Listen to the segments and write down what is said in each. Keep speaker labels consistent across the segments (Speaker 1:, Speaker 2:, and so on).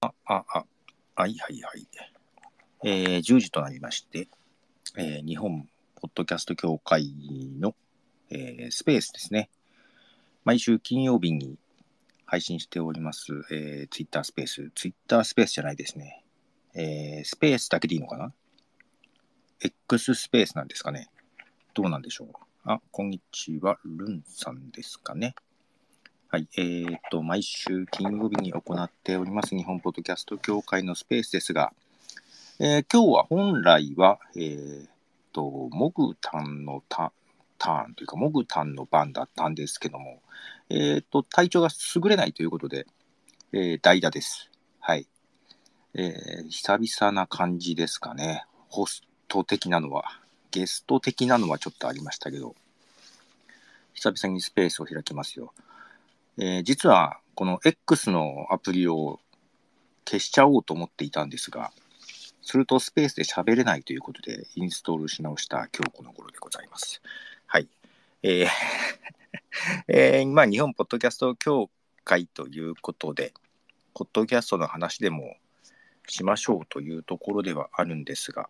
Speaker 1: あ、あ、はいはいはい。えー、10時となりまして、えー日本ポッドキャスト協会の、えースペースですね。毎週金曜日に配信しております、えー、ツイッタースペース。ツイッタースペースじゃないですね。えースペースだけでいいのかな ?X スペースなんですかね。どうなんでしょう。あ、こんにちは。ルンさんですかね。はい、えー、と、毎週金曜日に行っております日本ポッドキャスト協会のスペースですが、えー今日は本来は、えー、と、モグタンのタターンというか、モグタンの番だったんですけども、えー、と、体調が優れないということで、えー代打です。はい。えー久々な感じですかね。ホスト的なのは、ゲスト的なのはちょっとありましたけど、久々にスペースを開きますよ。えー実はこの X のアプリを消しちゃおうと思っていたんですが、するとスペースで喋れないということで、インストールし直した今日この頃でございます。はい。えー えーまあ、日本ポッドキャスト協会ということで、ポッドキャストの話でもしましょうというところではあるんですが、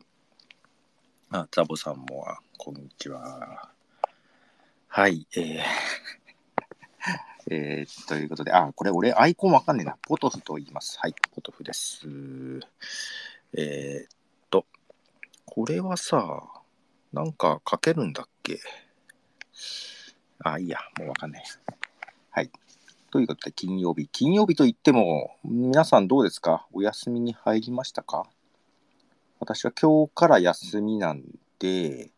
Speaker 1: あザボさんも、あこんにちは。はい。えーえーということで、あ、これ俺アイコンわかんねえな。ポトフと言います。はい、ポトフです。えーっと、これはさ、なんか書けるんだっけあ、いいや、もうわかんない。はい。ということで、金曜日。金曜日といっても、皆さんどうですかお休みに入りましたか私は今日から休みなんで、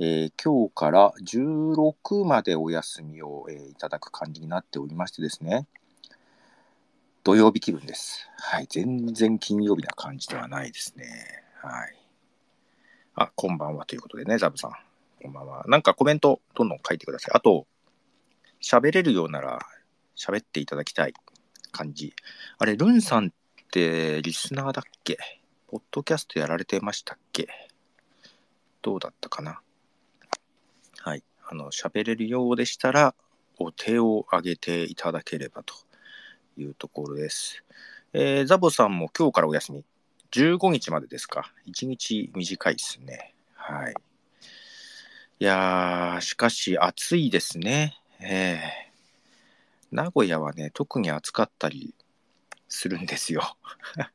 Speaker 1: えー今日から16までお休みを、えーいただく感じになっておりましてですね、土曜日気分です。はい、全然金曜日な感じではないですね。はい。あ、こんばんはということでね、ザブさん。こんばんは。なんかコメントどんどん書いてください。あと、喋れるようなら喋っていただきたい感じ。あれ、ルンさんってリスナーだっけポッドキャストやられてましたっけどうだったかなはい、あの喋れるようでしたらお手を挙げていただければというところです。えーザボさんも今日からお休み。15日までですか。1日短いですね。はい。いやー、しかし暑いですね。えー名古屋はね、特に暑かったりするんですよ。 あ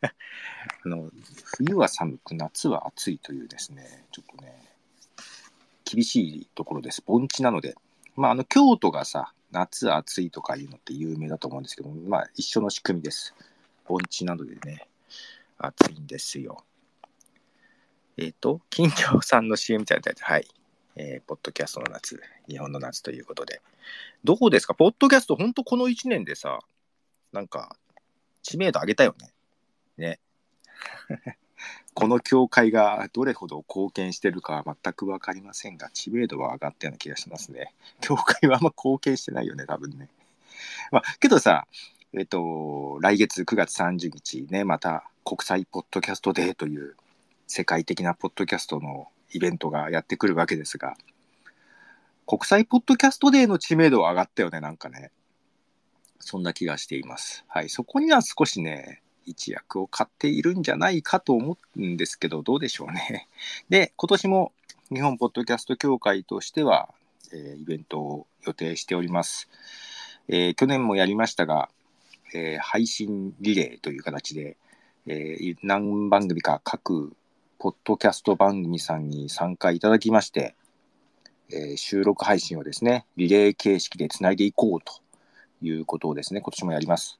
Speaker 1: の冬は寒く、夏は暑いというですね、ちょっとね、厳しいところです。盆地なので。まあ、あの、京都がさ、夏暑いとかいうのって有名だと思うんですけど、まあ、一緒の仕組みです。盆地などでね、暑いんですよ。えっ、と、金城さんの CM みたいなやつ、はい。えーポッドキャストの夏、日本の夏ということで。どうですかポッドキャスト、ほんとこの1年でさ、なんか、知名度上げたよね。ね。この教会がどれほど貢献してるかは全く分かりませんが、知名度は上がったような気がしますね。教会はあんま貢献してないよね、多分ね。まあ、けどさ、えっと、来月9月30日ね、また国際ポッドキャストデーという世界的なポッドキャストのイベントがやってくるわけですが、国際ポッドキャストデーの知名度は上がったよね、なんかね。そんな気がしています。はい、そこには少しね、一役を買っているんじゃないかと思うんですけど、どうでしょうね。 で、今年も日本ポッドキャスト協会としては、えーイベントを予定しております。えー去年もやりましたが、えー配信リレーという形で、えー何番組か各ポッドキャスト番組さんに参加いただきまして、えー収録配信をですね、リレー形式でつないでいこうということをですね、今年もやります。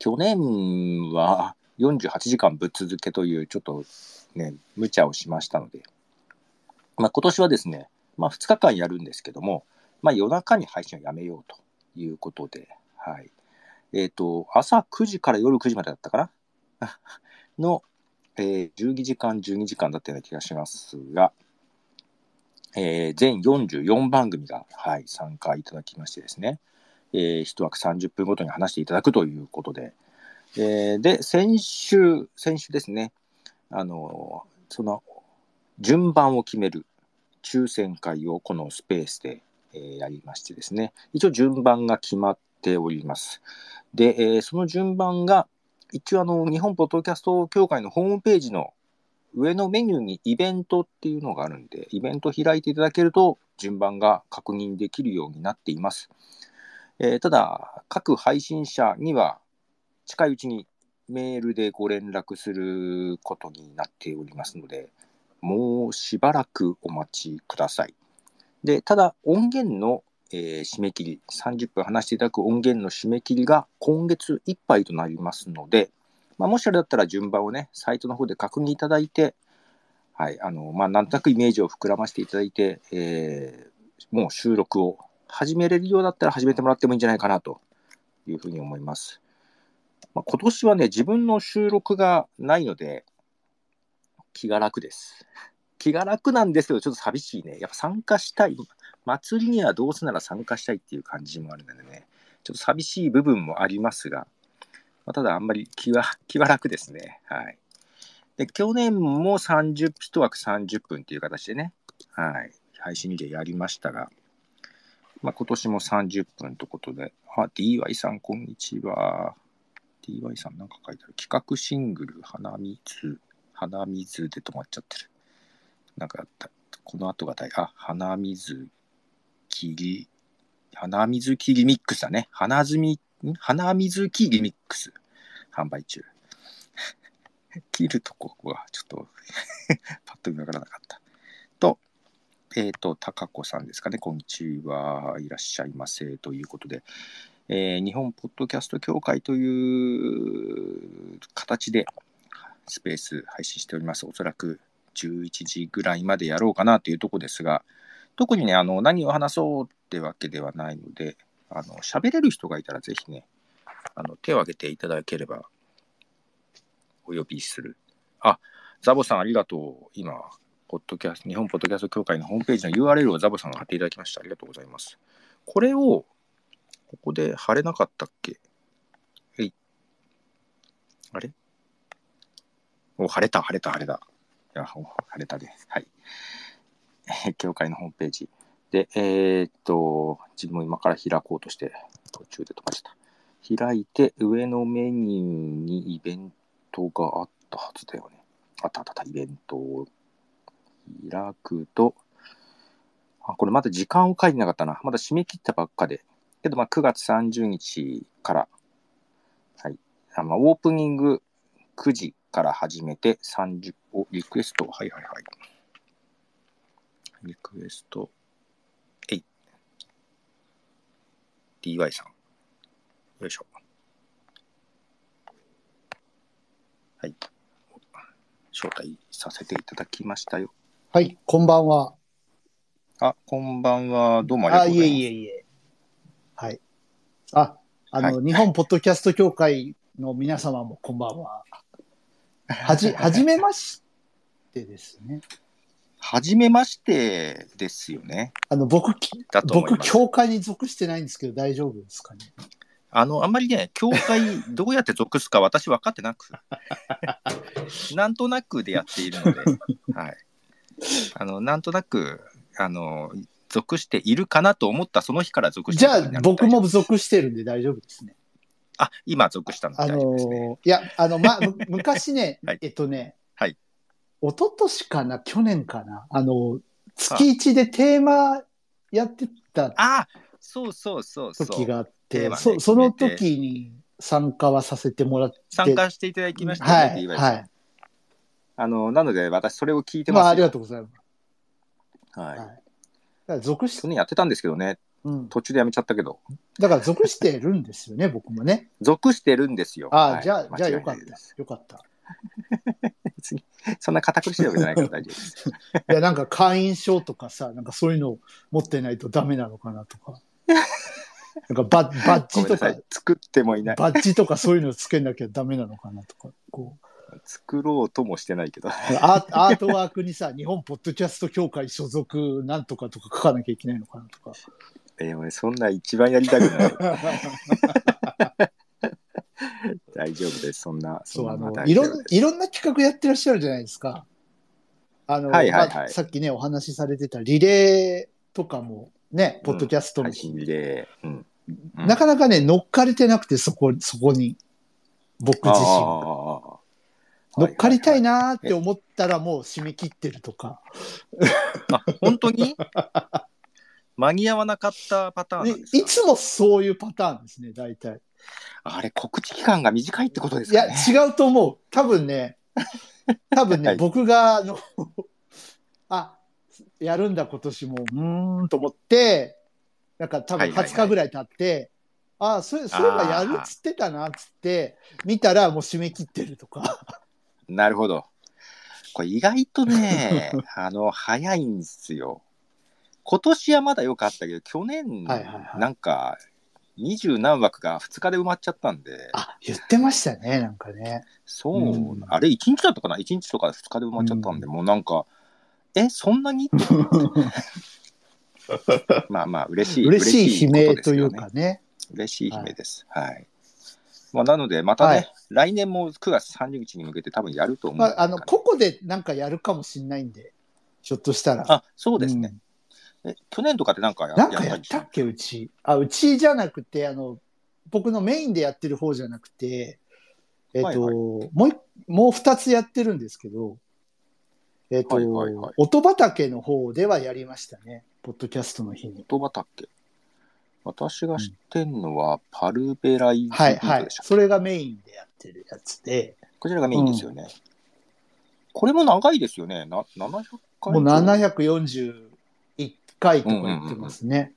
Speaker 1: 去年は48時間ぶっ続けというちょっとね、無茶をしましたので、まあ、今年はですね、まあ、2日間やるんですけども、まあ、夜中に配信をやめようということで、はい。えっ、と、朝9時から夜9時までだったかな の、えー12時間、12時間だったような気がしますが、えー全44番組が、はい、参加いただきましてですね、えー、1枠30分ごとに話していただくということで、えーで、先週、先週ですね、あのーその、順番を決める抽選会をこのスペースで、えーやりましてですね、一応順番が決まっております。で、えーその順番が、一応あの、日本ポッドキャスト協会のホームページの上のメニューにイベントっていうのがあるんで、イベント開いていただけると順番が確認できるようになっています。えーただ、各配信者には近いうちにメールでご連絡することになっておりますので、もうしばらくお待ちください。で、ただ音源の、えー締め切り、30分話していただく音源の締め切りが今月いっぱいとなりますので、まあ、もしあれだったら順番をね、サイトの方で確認いただいて、はい、あの、まあ、なんとなくイメージを膨らませていただいて、えーもう収録を始めれるようだったら始めてもらってもいいんじゃないかなというふうに思います。まあ、今年はね、自分の収録がないので、気が楽です。気が楽なんですけど、ちょっと寂しいね。やっぱ参加したい。祭りにはどうせなら参加したいっていう感じもあるのでね、ちょっと寂しい部分もありますが、まあ、ただあんまり気は、気は楽ですね。はい。で、去年も30、1枠30分っていう形でね、はい。配信リレーやりましたが、まあ、今年も30分ということで、あ、DY さん、こんにちは。DY さん、なんか書いてある。企画シングル、花水、花水で止まっちゃってる。なんかあった。この後が大、あ、花水、霧、花水霧ミックスだね。花摘み、ん花水霧ミックス。販売中。切るとこは、ちょっと、 パッと見わからなかった。と、えっ、と、たかこさんですかね。こんにちは。いらっしゃいませ。ということで、えー日本ポッドキャスト協会という形で、スペース配信しております。おそらく11時ぐらいまでやろうかなというとこですが、特にね、あの、何を話そうってわけではないので、あの、喋れる人がいたらぜひね、あの、手を挙げていただければ、お呼びする。あ、ザボさんありがとう。今、ポッドキャスト、日本ポッドキャスト協会のホームページの URL をザボさんが貼っていただきました。ありがとうございます。これを、ここで貼れなかったっけえい。あれお、貼れた、貼れた、貼れた。いや、お貼れたね。はい。 えー協会のホームページ。で、えーっと、自分も今から開こうとして、途中で飛ばした。開いて、上のメニューにイベントがあったはずだよね。あったあったあった、イベントを開くと、あ、これまだ時間を書いてなかったな。まだ締め切ったばっかで。けど、まあ、9月30日から、はい。あまあ、オープニング9時から始めて30、お、リクエスト、はいはいはい。リクエスト、えい。DY さん。よいしょ。はい。招待させていただきましたよ。
Speaker 2: はい、こんばんは。
Speaker 1: あ、こんばんは。どうもありが
Speaker 2: あ、
Speaker 1: とう
Speaker 2: い
Speaker 1: ござ
Speaker 2: え
Speaker 1: います。
Speaker 2: いえいえ。はい。あ、あの、
Speaker 1: は
Speaker 2: 日本ポッドキャスト協会の皆様もこんばんは。はじ、はじめましてですね。
Speaker 1: はじめましてですよね。
Speaker 2: あの、僕、
Speaker 1: だと思い
Speaker 2: 僕、
Speaker 1: ます。
Speaker 2: 協会に属してないんですけど、大丈夫ですかね。
Speaker 1: あの、あんまりね、教会 どうやって属すか私分かって なく、なんとなくでやっているので、はい。あの、なんとなく、あの、属しているかなと思ったその日から属し
Speaker 2: じ
Speaker 1: てる
Speaker 2: ゃあ
Speaker 1: ようにな、る
Speaker 2: 僕も不足してるんで大丈夫ですね。
Speaker 1: あ、今属したので
Speaker 2: あ
Speaker 1: 大
Speaker 2: の
Speaker 1: 丈夫ですね。
Speaker 2: ーいや、あの、ま、 む昔ね
Speaker 1: はい、
Speaker 2: えっとね、
Speaker 1: はい。
Speaker 2: 一昨年かな、去年かな、あの、月一でテーマやってた
Speaker 1: あそうそうそうそ
Speaker 2: 時
Speaker 1: う。
Speaker 2: があっ
Speaker 1: テー
Speaker 2: て、
Speaker 1: マね
Speaker 2: そその
Speaker 1: 決めて
Speaker 2: 時に参加はさせてもらって。
Speaker 1: 参加していただきましたね、
Speaker 2: はい、
Speaker 1: DY さん
Speaker 2: はい。
Speaker 1: あの、なので私それを聞いて
Speaker 2: まあ、
Speaker 1: ま
Speaker 2: あ
Speaker 1: す
Speaker 2: り
Speaker 1: よ。
Speaker 2: がとうございます。
Speaker 1: はい
Speaker 2: はい。だから属し
Speaker 1: 去、年やってたんですけどね、
Speaker 2: うん。
Speaker 1: 途中でやめちゃったけど、
Speaker 2: だから属してるんですよね、僕もね。
Speaker 1: 属してるんですよ。
Speaker 2: ああ、
Speaker 1: はい
Speaker 2: じゃあ、じゃあ
Speaker 1: 間違
Speaker 2: よ
Speaker 1: い
Speaker 2: かっ
Speaker 1: ないで
Speaker 2: た
Speaker 1: す。
Speaker 2: よかった。
Speaker 1: 別に、そんな堅苦しいわけじゃないから大丈夫 です。
Speaker 2: いや、なんか会員証とかさ、なんかそういうの持ってないとダメなのかなとか。なんか バッバッ
Speaker 1: ごめ
Speaker 2: ジ
Speaker 1: んなさ
Speaker 2: とか
Speaker 1: い、、作ってもいない。
Speaker 2: バッジとかそういうのつけなきゃダメなのかなとか。こう
Speaker 1: 作ろうともしてないけど。
Speaker 2: アーアートワークにさ、日本ポッドキャスト協会所属なんとかとか書かなきゃいけないのかなとか。
Speaker 1: えー俺そんな一番やりたくな い。大丈夫です。そんな、
Speaker 2: そう、あ
Speaker 1: んな
Speaker 2: の、
Speaker 1: 大
Speaker 2: い
Speaker 1: 丈
Speaker 2: ろん
Speaker 1: 夫、です
Speaker 2: いろんな企画やってらっしゃるじゃないですか。あの、
Speaker 1: はいはいはい
Speaker 2: まあさっきね、お話しされてたリレーとかもね、ポッドキャストも、
Speaker 1: 配信リレー。うん。うん
Speaker 2: なかなかね、乗っかれてなくて、そこ、そこに。僕
Speaker 1: あ
Speaker 2: 自
Speaker 1: あ
Speaker 2: 身。乗っかりたいなーって思ったらもう締め切ってるとか。
Speaker 1: あ本当 に間に合わなかったパターンなんですか
Speaker 2: いつもそういうパターンですね、大体。
Speaker 1: あれ、告知期間が短いってことです
Speaker 2: いや、
Speaker 1: かね。
Speaker 2: 違うと思う。多分ね、多分ね、
Speaker 1: はい
Speaker 2: 僕が、あの、あ、やるんだ今年も、うーんと思って、なんか多分
Speaker 1: はいはいはい
Speaker 2: 20日ぐらい経って、あ、それ、そういえばやるっつってたな、っつって、見たらもう締め切ってるとか。
Speaker 1: なるほど。これ意外と ね、あの、早いんですよ。今年はまだ良かったけど、去年、
Speaker 2: はいはいはい
Speaker 1: なんか、二十何枠が2日で埋まっちゃったんで、
Speaker 2: あ、言ってましたね、なんかね。
Speaker 1: そう、
Speaker 2: うん
Speaker 1: あれ1日だったかな ?1 日とか2日で埋まっちゃったんで、もうなんか、え、そんなにって まあまあ、嬉しい。
Speaker 2: 嬉しい悲鳴という
Speaker 1: 嬉しことですよね
Speaker 2: かね。
Speaker 1: 嬉しい悲鳴です。はい。まあ、なので、またね、
Speaker 2: はい
Speaker 1: 来年も9月30日に向けて多分やると思う、
Speaker 2: まあ、あの、個々でなんかやるかもしんないんで、ひょっとしたら。
Speaker 1: あ、そうですね、え。去年とかってなんかや
Speaker 2: なんかや
Speaker 1: り
Speaker 2: っ
Speaker 1: した
Speaker 2: っけ、うち。あ、うちじゃなくて、あの、僕のメインでやってる方じゃなくて、えっ、と、
Speaker 1: はいはい
Speaker 2: もうい、もう二つやってるんですけど、えっ、と、
Speaker 1: はいはいはい
Speaker 2: 音畑の方ではやりましたね。ポッドキャストの日に。
Speaker 1: 言葉だっけ私が知ってんのは、パルベライズビ
Speaker 2: はい
Speaker 1: ー
Speaker 2: は
Speaker 1: ト
Speaker 2: い
Speaker 1: で。した、
Speaker 2: それがメインでやってるやつで、
Speaker 1: こちらがメインですよね。これも長いですよね。な700回
Speaker 2: もう741回とかやってますね。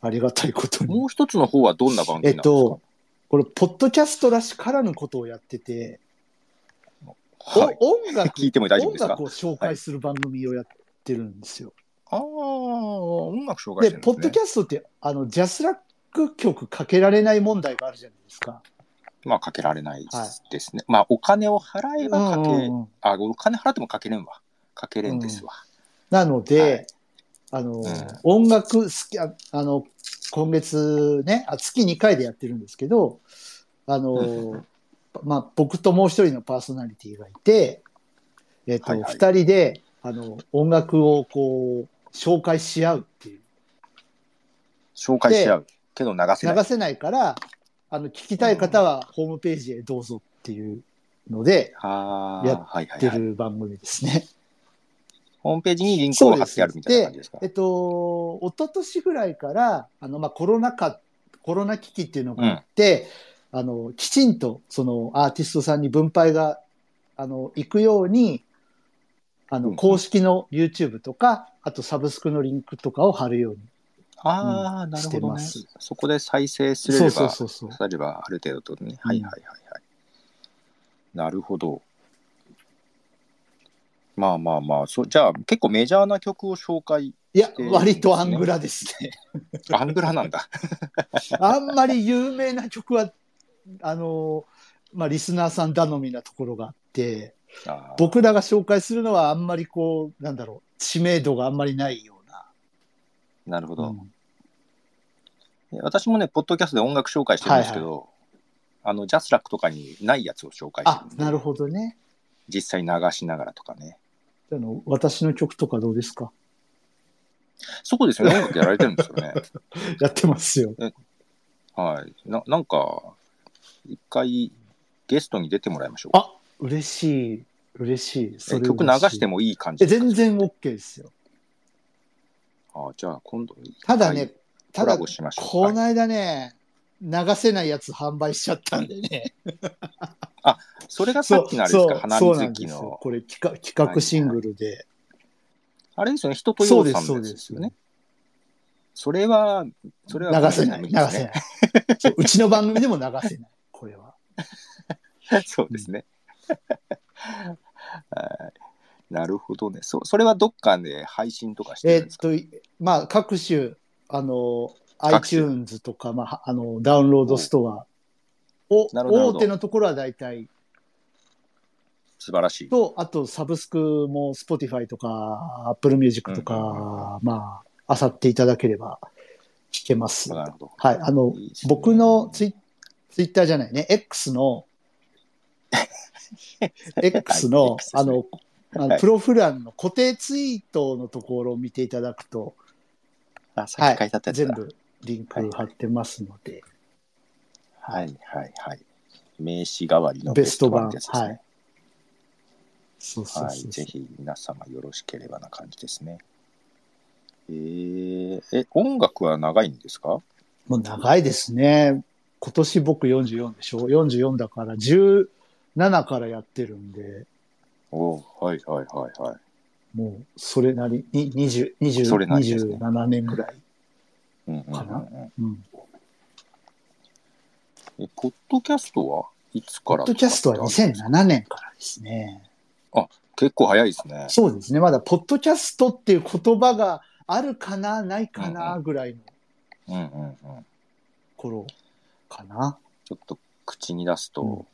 Speaker 2: ありがたいことに。
Speaker 1: もう一つの方はどんな番組なんですか、
Speaker 2: えっとこれ、ポッドキャストらしからぬことをやってて、
Speaker 1: はい、
Speaker 2: お音楽
Speaker 1: 聞いても大丈夫ですか
Speaker 2: 音楽を紹介する番組をやってるんですよ。
Speaker 1: ああ、音楽紹
Speaker 2: で
Speaker 1: 介してるんです、ね。
Speaker 2: ポッドキャストってあのジャスラック曲かけられない問題があるじゃないですか。
Speaker 1: まあ、かけられないですね。まあ、お金を払えばかけ、
Speaker 2: うんうんうん
Speaker 1: あ、お金払ってもかけれんわ。かけれんですわ。
Speaker 2: なので、
Speaker 1: はい
Speaker 2: あの、
Speaker 1: ん
Speaker 2: 音楽好きああの今月ねあ月2回でやってるんですけどあの、まあ、僕ともう一人のパーソナリティがいて、えっと
Speaker 1: はいはい
Speaker 2: 2人であの音楽をこう紹介し合うっていう
Speaker 1: 紹介し合う。けど流せない。
Speaker 2: 流せないから、あの、聞きたい方はホームページへどうぞっていうので、
Speaker 1: ああ、
Speaker 2: や
Speaker 1: はいは
Speaker 2: やっ
Speaker 1: い、
Speaker 2: て
Speaker 1: はい。
Speaker 2: る番組ですね。
Speaker 1: ホームページにリンクを貼ってあるみたいな感じですか。
Speaker 2: えっと、一昨年ぐらいから、あの、まあ、コロナ禍、コロナ危機っていうのがあって、あの、きちんと、その、アーティストさんに分配が、あの、行くように、あ
Speaker 1: うんう
Speaker 2: の、
Speaker 1: ん
Speaker 2: 公式の YouTube とか、あとサブスクのリンクとかを貼るように。
Speaker 1: ああ、なるほど、ね
Speaker 2: してま。
Speaker 1: そこで再生すれ
Speaker 2: そ
Speaker 1: ば、
Speaker 2: うそうそうそう。
Speaker 1: さればある程度とね。はいはいはいはい。なるほど。まあまあまあ、そじゃあ結構メジャーな曲を紹 介、
Speaker 2: いや
Speaker 1: え、ー
Speaker 2: 割とアングラですね。
Speaker 1: アングラなんだ。
Speaker 2: あんまり有名な曲は、あの、まあ、リスナーさん頼みなところがあって、
Speaker 1: あー
Speaker 2: 僕らが紹介するのはあんまりこう、なんだろう、知名度があんまりないような。
Speaker 1: なるほど。
Speaker 2: うん
Speaker 1: で私もね、ポッドキャストで音楽紹介してるんですけど、あの、ジャスラックとかにないやつを紹介して
Speaker 2: あ
Speaker 1: るん、で
Speaker 2: なるほどね。
Speaker 1: 実際流しながらとかね。
Speaker 2: あの私の曲とかどうですか
Speaker 1: そうですよね、音楽やられてるんですよ ね。
Speaker 2: やってますよ。
Speaker 1: はい。ななんか、一回ゲストに出てもらいましょうか。
Speaker 2: あ、嬉しい。嬉しい。
Speaker 1: え曲流して
Speaker 2: も。
Speaker 1: もいい感じ
Speaker 2: え
Speaker 1: ですか
Speaker 2: 全然 OK ですよ。
Speaker 1: あじゃあ今度、
Speaker 2: ただね、
Speaker 1: はい
Speaker 2: た
Speaker 1: コラ
Speaker 2: だ、
Speaker 1: ボしましょう。
Speaker 2: こ
Speaker 1: はい
Speaker 2: の間ね、流せないやつ販売しちゃったんでね。
Speaker 1: それがさっきのあれですか、花
Speaker 2: そうな
Speaker 1: 水
Speaker 2: ん
Speaker 1: 木
Speaker 2: ですよ
Speaker 1: の。
Speaker 2: これ企画企画シングルで。
Speaker 1: あれですよね、人と
Speaker 2: そ
Speaker 1: よ
Speaker 2: う
Speaker 1: う
Speaker 2: で
Speaker 1: さん
Speaker 2: す、そ
Speaker 1: の
Speaker 2: う
Speaker 1: や
Speaker 2: で
Speaker 1: つですす。よね。それは、それは
Speaker 2: 流せない、流せない。そううちの番組でも流せない、これは。
Speaker 1: ない。 そうですね。 はい。なるほどね。そそれはどっかで配信とかして
Speaker 2: え
Speaker 1: るん
Speaker 2: ー
Speaker 1: で
Speaker 2: っ
Speaker 1: すか、
Speaker 2: と、いまあ、各種、あの、
Speaker 1: 各種
Speaker 2: iTunes とか、まあ、あの、ダウンロードストアを、
Speaker 1: なるほどなるほ
Speaker 2: 大
Speaker 1: ど
Speaker 2: 手のところは大体、
Speaker 1: 素晴らしい。
Speaker 2: と、あと、サブスクも Spotify とか、Apple Music と
Speaker 1: うんうんうん
Speaker 2: か、まあ、あさっていただければ聞けます。
Speaker 1: な
Speaker 2: はい
Speaker 1: るほど。、
Speaker 2: あの
Speaker 1: いいです、ね
Speaker 2: 僕のツイツイッターじゃないね、X の、X
Speaker 1: はい X
Speaker 2: の、
Speaker 1: で
Speaker 2: あ
Speaker 1: すね
Speaker 2: の、あ
Speaker 1: は
Speaker 2: の
Speaker 1: い
Speaker 2: プロフランの固定ツイートのところを見ていただくと、
Speaker 1: あ、さっき書いてあったやつだ
Speaker 2: 全部リンク貼ってますので、
Speaker 1: はいはいはい。名刺代わりの
Speaker 2: ベスト版。
Speaker 1: ベスト
Speaker 2: は
Speaker 1: 版で
Speaker 2: い。そう
Speaker 1: すね
Speaker 2: そう
Speaker 1: は
Speaker 2: そうそ
Speaker 1: い。
Speaker 2: う
Speaker 1: ぜひ皆様よろしければな感じですね。えー、え、音楽は長いんですか
Speaker 2: もう長いですね。今年僕44でしょ ?44 だから17からやってるんで、
Speaker 1: おーはいはいはいはい。
Speaker 2: もうそれなりに20、
Speaker 1: それ
Speaker 2: 20
Speaker 1: なりですね
Speaker 2: 27年ぐらい。
Speaker 1: うんうんうん
Speaker 2: かな
Speaker 1: うん
Speaker 2: うん。
Speaker 1: え、ポッドキャストはいつ
Speaker 2: ポ
Speaker 1: から
Speaker 2: ッドキャストは2007年からですね。
Speaker 1: 結構早いですね。
Speaker 2: そうですね。まだ、ポッドキャストっていう言葉があるかな、ないか
Speaker 1: うん
Speaker 2: な、ぐらいの
Speaker 1: うんうんうん。
Speaker 2: 頃かな。
Speaker 1: ちょっと口に出すと、
Speaker 2: うん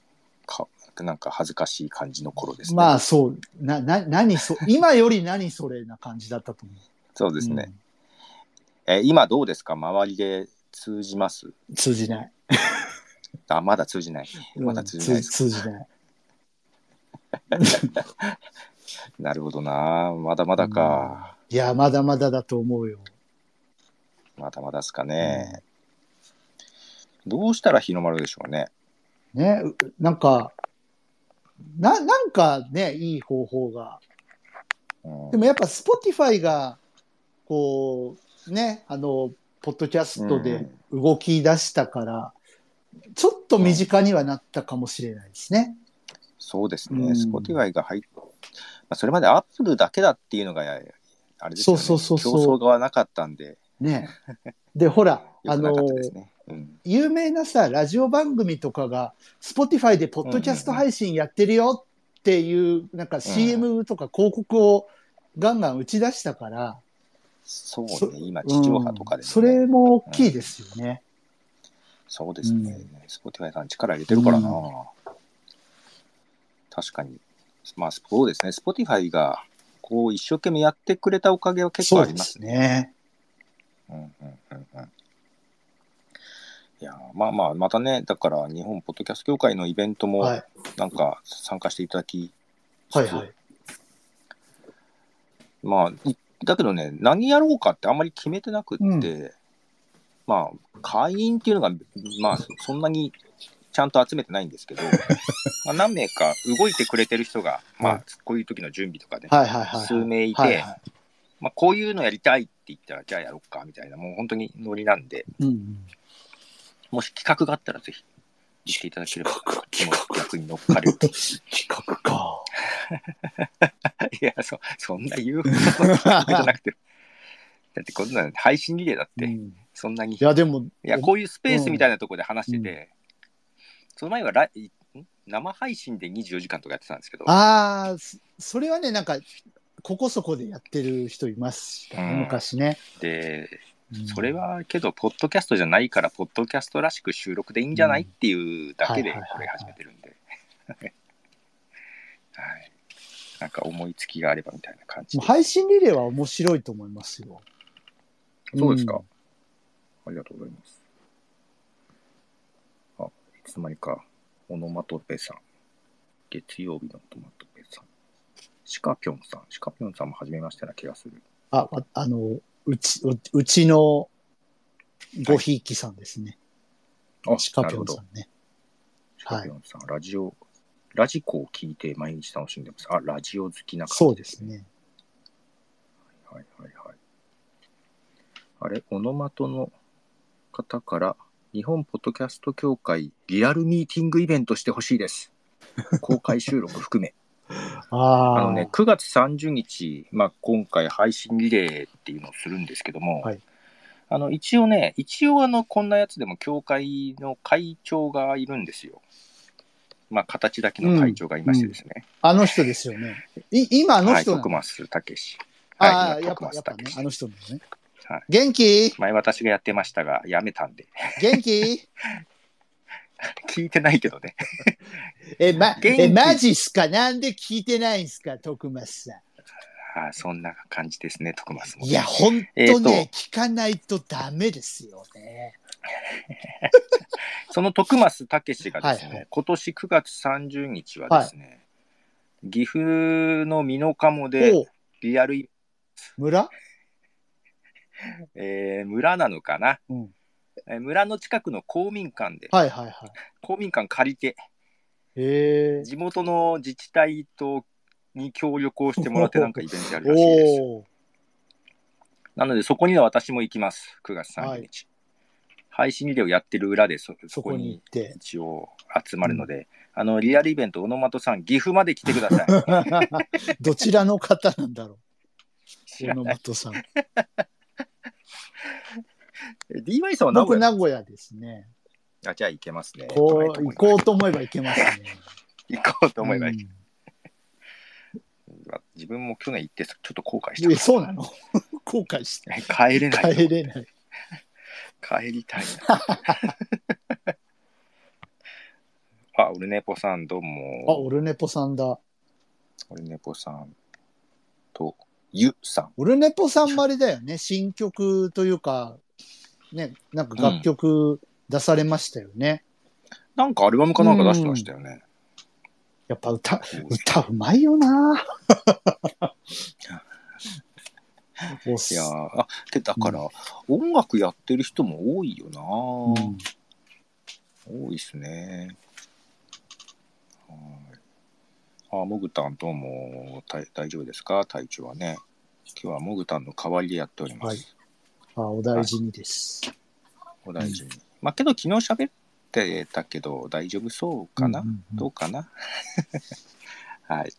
Speaker 1: かなんか恥ずかしい感じの頃ですね。
Speaker 2: まあ、そう、な、な、何そ、今より何それな感じだったと思う。
Speaker 1: そうですね。えー今どうですか周りで通じます
Speaker 2: うん。通じない。
Speaker 1: あ、まだ通じない。まだ通じないですか、
Speaker 2: 通じない。
Speaker 1: なるほどな。まだまだか。
Speaker 2: いや、まだまだだと思うよ。
Speaker 1: まだまだですかね。どうしたら日の丸でしょうね。
Speaker 2: ね、うなんか、な、なんかね、いい方法が。
Speaker 1: うん
Speaker 2: でもやっぱ Spotify が、こう、ね、あの、ポッドキャストで動き出したから、ちょっと身近にはなったかもしれないですね。
Speaker 1: そうです
Speaker 2: う
Speaker 1: ね。
Speaker 2: ん
Speaker 1: スポティガイが入っ、まあ、それまでアップルだけだっていうのが、あれですよね。
Speaker 2: そうそうそうそう
Speaker 1: 競争がなかったんで、
Speaker 2: ね。で、ほら、
Speaker 1: よ
Speaker 2: あ
Speaker 1: くな
Speaker 2: の
Speaker 1: かっ、たですね。うん
Speaker 2: 有名なさ、ラジオ番組とかが、Spotify でポッドキャスト配信やってるよっていう、なんか CM とか広告をガンガン打ち出したから、
Speaker 1: そう
Speaker 2: そ
Speaker 1: ね。今、
Speaker 2: うん
Speaker 1: 地上波とかで、ね
Speaker 2: それも大きいですよね。
Speaker 1: そうですね。
Speaker 2: う
Speaker 1: スポティファイさん力入れてるからな。
Speaker 2: う
Speaker 1: 確かに。まあ、そうですね。スポティファイが、こう、一生懸命やってくれたおかげは結構ありますね。
Speaker 2: ね。
Speaker 1: うんうんうんうん。いやー、まあまあ、またね、だから、日本ポッドキャスト協会のイベントも
Speaker 2: は、い。
Speaker 1: なんか、参加していただき、
Speaker 2: はいはい。
Speaker 1: まあ、いだけどね、何やろうかってあんまり決めてなくって、
Speaker 2: うん
Speaker 1: まあ、会員っていうのが、まあ、そんなにちゃんと集めてないんですけ ど、まあ何名か動いてくれてる人が、ま
Speaker 2: は
Speaker 1: あ、こういう時の準備とかで、
Speaker 2: はいはいはい。
Speaker 1: 数名いて
Speaker 2: はは
Speaker 1: まあ、こういうのやりたいって言ったら、じゃあやろうかみたいな、もう本当にノリなんで、
Speaker 2: うんうん。
Speaker 1: もし企画があったらぜひ、言っていただければ、
Speaker 2: 企画
Speaker 1: 気
Speaker 2: 企
Speaker 1: も
Speaker 2: 画
Speaker 1: 逆に乗っかる。
Speaker 2: 企画か。
Speaker 1: いや、そそんな言うほどの企画じゃなくて、 だってこんなの配信リレーだっ
Speaker 2: う
Speaker 1: て、
Speaker 2: ん
Speaker 1: そんなに
Speaker 2: いや、でも、
Speaker 1: いや、こういうスペースみたいなところで話してて、
Speaker 2: う
Speaker 1: その前はライん生配信で24時間とかやってたんですけど、
Speaker 2: ああ、そそれはね、なんか、ここそこでやってる人いましたね、
Speaker 1: うん
Speaker 2: 昔ね。
Speaker 1: で、
Speaker 2: うん
Speaker 1: それはけど、ポッドキャストじゃないから、ポッドキャストらしく収録でいいんじゃない、
Speaker 2: うん
Speaker 1: っていうだけで、
Speaker 2: はいはいはいはい
Speaker 1: これ始めてるんで。 はい。なんか思いつきがあればみたいな感じ
Speaker 2: も
Speaker 1: で。
Speaker 2: う配信リレーは面白いと思いますよ。
Speaker 1: そうですか、
Speaker 2: うん
Speaker 1: ありがとうございます。あ、いつの間にか、オノマトペさん。月曜日のトマトペさん。シカピョンさん。シカピョンさんも初めましてな気がする。
Speaker 2: あ、わあの、うち、ううちのごひいきさんですね。
Speaker 1: あ、
Speaker 2: シカ
Speaker 1: な
Speaker 2: ピ
Speaker 1: る
Speaker 2: ョ
Speaker 1: ほ
Speaker 2: ン
Speaker 1: ど
Speaker 2: さ。んね。
Speaker 1: シカピョンさん、ラジオ、ラジコを聞いて毎日楽しんでます。あ、ラジオ好きな
Speaker 2: そ
Speaker 1: 感
Speaker 2: う
Speaker 1: じ
Speaker 2: で
Speaker 1: です
Speaker 2: す
Speaker 1: ね。
Speaker 2: ね。
Speaker 1: はいはいはい。あれ、オノマトの方から、日本ポッドキャスト協会リアルミーティングイベントしてほしい です。公開収録含め。
Speaker 2: あ
Speaker 1: あ
Speaker 2: あ。
Speaker 1: のね、9月30日、まあ、今回配信リレーっていうのをするんですけども、
Speaker 2: はい
Speaker 1: あの一応ね、一応あのこんなやつでも協会の会長がいるんですよ。まあ、形だけの会長がいましてですね。
Speaker 2: あの人ですよね。い今あの
Speaker 1: はい、
Speaker 2: 人な
Speaker 1: 徳
Speaker 2: の、
Speaker 1: 松武史。
Speaker 2: ああ、
Speaker 1: はい、
Speaker 2: や
Speaker 1: 今
Speaker 2: っぱ、
Speaker 1: 徳
Speaker 2: や
Speaker 1: 松
Speaker 2: っぱね
Speaker 1: 武、
Speaker 2: あ
Speaker 1: 史。
Speaker 2: の人なのね。
Speaker 1: はい
Speaker 2: 元気
Speaker 1: 前私がやってましたが、やめたんで。
Speaker 2: 元気
Speaker 1: 聞いてないけどね。
Speaker 2: え、ま、
Speaker 1: 元気
Speaker 2: え、マジっすかなんで聞いてないんすか徳松さ
Speaker 1: ああ、そんな感じですね、徳松
Speaker 2: ん。
Speaker 1: も。
Speaker 2: いや、ほんと
Speaker 1: え
Speaker 2: ね、聞かないとダメですよね。
Speaker 1: その徳増武史がですね、
Speaker 2: はいはい
Speaker 1: 今年9月30日はですね、岐阜の美濃加茂で
Speaker 2: おう
Speaker 1: リアル、
Speaker 2: 村
Speaker 1: えー村なのかな、
Speaker 2: うん
Speaker 1: えー村の近くの公民館で、
Speaker 2: はいはいはい。
Speaker 1: 公民館借りて、
Speaker 2: へえ。
Speaker 1: 地元の自治体とに協力をしてもらってなんかイベントやるらしいですよ。
Speaker 2: おお。
Speaker 1: なのでそこには私も行きます。9月30日。配信ビデオやってる裏でそ
Speaker 2: そ
Speaker 1: そ
Speaker 2: こ
Speaker 1: こ
Speaker 2: に行
Speaker 1: に
Speaker 2: って。
Speaker 1: 一応集まるので、あのリアルイベント、小野的さん、岐阜まで来てくだ さい。
Speaker 2: どちらの方なんだろう。
Speaker 1: 知
Speaker 2: 小
Speaker 1: ら
Speaker 2: 野
Speaker 1: ない
Speaker 2: 的さん。
Speaker 1: え DY さんは名
Speaker 2: 僕
Speaker 1: 古屋
Speaker 2: 名古屋ですね。
Speaker 1: あじゃあ行けますね。
Speaker 2: こう、
Speaker 1: 都
Speaker 2: 行
Speaker 1: 内
Speaker 2: こうと思えば行けますね。
Speaker 1: 行こうと思えば、
Speaker 2: うん
Speaker 1: 自分も去年行ってちょっと後悔
Speaker 2: え
Speaker 1: し
Speaker 2: そうなの 後悔して。
Speaker 1: た。帰れない。
Speaker 2: 帰れない。
Speaker 1: 帰りたいな。 あ、オルネポさん、どう
Speaker 2: あ、
Speaker 1: も。
Speaker 2: オルネポさんだ。
Speaker 1: オルネポさんと、ゆさん。
Speaker 2: オルネポさんもあれだよね。新曲というか、ね、なんか楽曲出されましたよね。
Speaker 1: なんかアルバムかなんか出してましたよね。
Speaker 2: やっぱ歌、歌うまいよ なおっ
Speaker 1: いやーあ、で、だから、音楽やってる人も多いよな、
Speaker 2: うん
Speaker 1: 多いっすね。はーい。あ、もぐたん、どうも。た大丈夫ですか体調はね。今日はもぐたんの代わりでやっております。
Speaker 2: はいあお大事にです。
Speaker 1: お大事に。まあけど昨日喋ってたけど大丈夫そうかな、
Speaker 2: うんうんうん
Speaker 1: どうかな はい。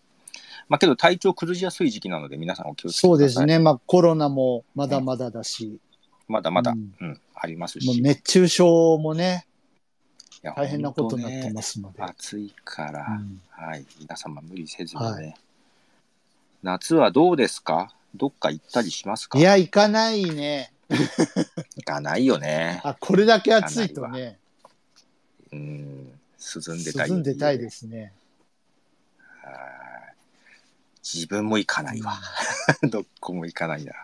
Speaker 1: まあけど体調崩しやすい時期なので皆さんお気をつけください。
Speaker 2: そうです。ね。まあコロナもまだまだだし、
Speaker 1: まだまだ、
Speaker 2: う
Speaker 1: うんん、ありますし。
Speaker 2: もう熱中症もね、
Speaker 1: いや
Speaker 2: 大変なことになっ
Speaker 1: 本当
Speaker 2: て
Speaker 1: ね
Speaker 2: ますので。
Speaker 1: 暑いから、
Speaker 2: うん
Speaker 1: はい。皆様無理せずにね、
Speaker 2: は
Speaker 1: 夏はどうですかどっか行ったりしますか
Speaker 2: いや、行かないね。
Speaker 1: 行かないよね。
Speaker 2: あ、これだけ暑いとね、
Speaker 1: うん。涼んでたい。
Speaker 2: 涼んでたいですね。
Speaker 1: はい。自分も行かないわ。どこも行かないな。い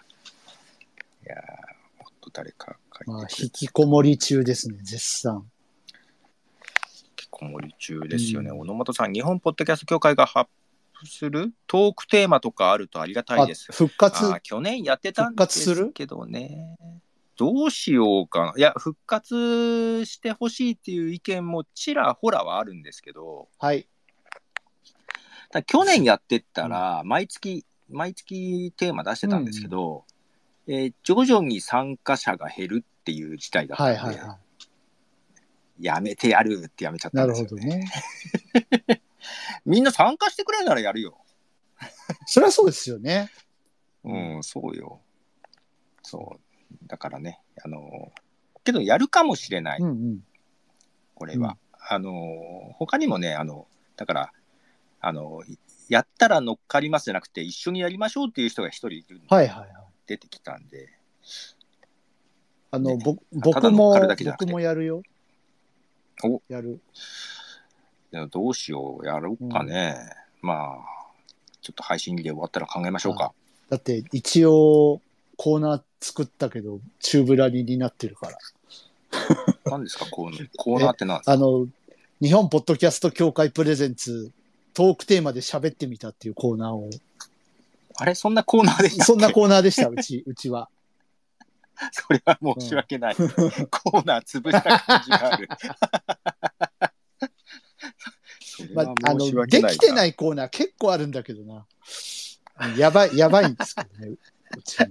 Speaker 1: やー、もっと誰か書いてくれ
Speaker 2: まあ、
Speaker 1: て
Speaker 2: 引きこもり中ですね、絶賛。
Speaker 1: 引きこもり中ですよね。
Speaker 2: うん
Speaker 1: 小野本さん、日本ポッドキャスト協会が発布するトークテーマとかあるとありがたい
Speaker 2: あ
Speaker 1: です。
Speaker 2: 復
Speaker 1: あ
Speaker 2: 活、
Speaker 1: ー去年やってたんです
Speaker 2: 復
Speaker 1: けどね。どうしようかな。いや、復活してほしいっていう意見もちらほらはあるんですけど、
Speaker 2: はい。
Speaker 1: ただ去年やってったら、毎月、毎月テーマ出してたんですけど、えー徐々に参加者が減るっていう事態だったん
Speaker 2: はい
Speaker 1: で、
Speaker 2: はいは
Speaker 1: やめてやるってやめちゃっ
Speaker 2: い。
Speaker 1: た
Speaker 2: なんる
Speaker 1: です
Speaker 2: ほ
Speaker 1: よ、
Speaker 2: ど
Speaker 1: ね。
Speaker 2: ね。
Speaker 1: みんな参加してくれならやるよ。
Speaker 2: そりゃそうですよね。
Speaker 1: うん、そうよ。そう。だからね、あのーけどやるかもしれない、
Speaker 2: うんうん。
Speaker 1: これは。あのー他にもね、あの、だから、あのいやったら乗っかりますじゃなくて、一緒にやりましょうっていう人が一人いるんで
Speaker 2: はいはいはい。
Speaker 1: 出てきたんで、
Speaker 2: あの、
Speaker 1: ね
Speaker 2: ぼ
Speaker 1: ただ乗
Speaker 2: 僕
Speaker 1: っ
Speaker 2: も
Speaker 1: かるだけじゃなく
Speaker 2: 僕
Speaker 1: て
Speaker 2: もやるよ。
Speaker 1: お
Speaker 2: やる。
Speaker 1: いやどうしよう、やろうかね。まあ、ちょっと配信で終わったら考えましょうか。
Speaker 2: だって、一応、コーナー作ったけど、チューブラリになってるから。
Speaker 1: 何ですか、コ ーナーコーナーって何ですか
Speaker 2: あの、日本ポッドキャスト協会プレゼンツ、トークテーマで喋ってみたっていうコーナ ーを。
Speaker 1: あれ、そんなコーナーでしたっけ
Speaker 2: そんなコーナーでした、うち、うち は。
Speaker 1: それは申し訳ない。コーナー潰した感じ がある。それ
Speaker 2: ま
Speaker 1: は
Speaker 2: あ、あ
Speaker 1: 申し
Speaker 2: の、
Speaker 1: 訳
Speaker 2: で
Speaker 1: ない。
Speaker 2: きてないいコーナー結構あるんだけどな。やばい、やばいんですけどね。うちも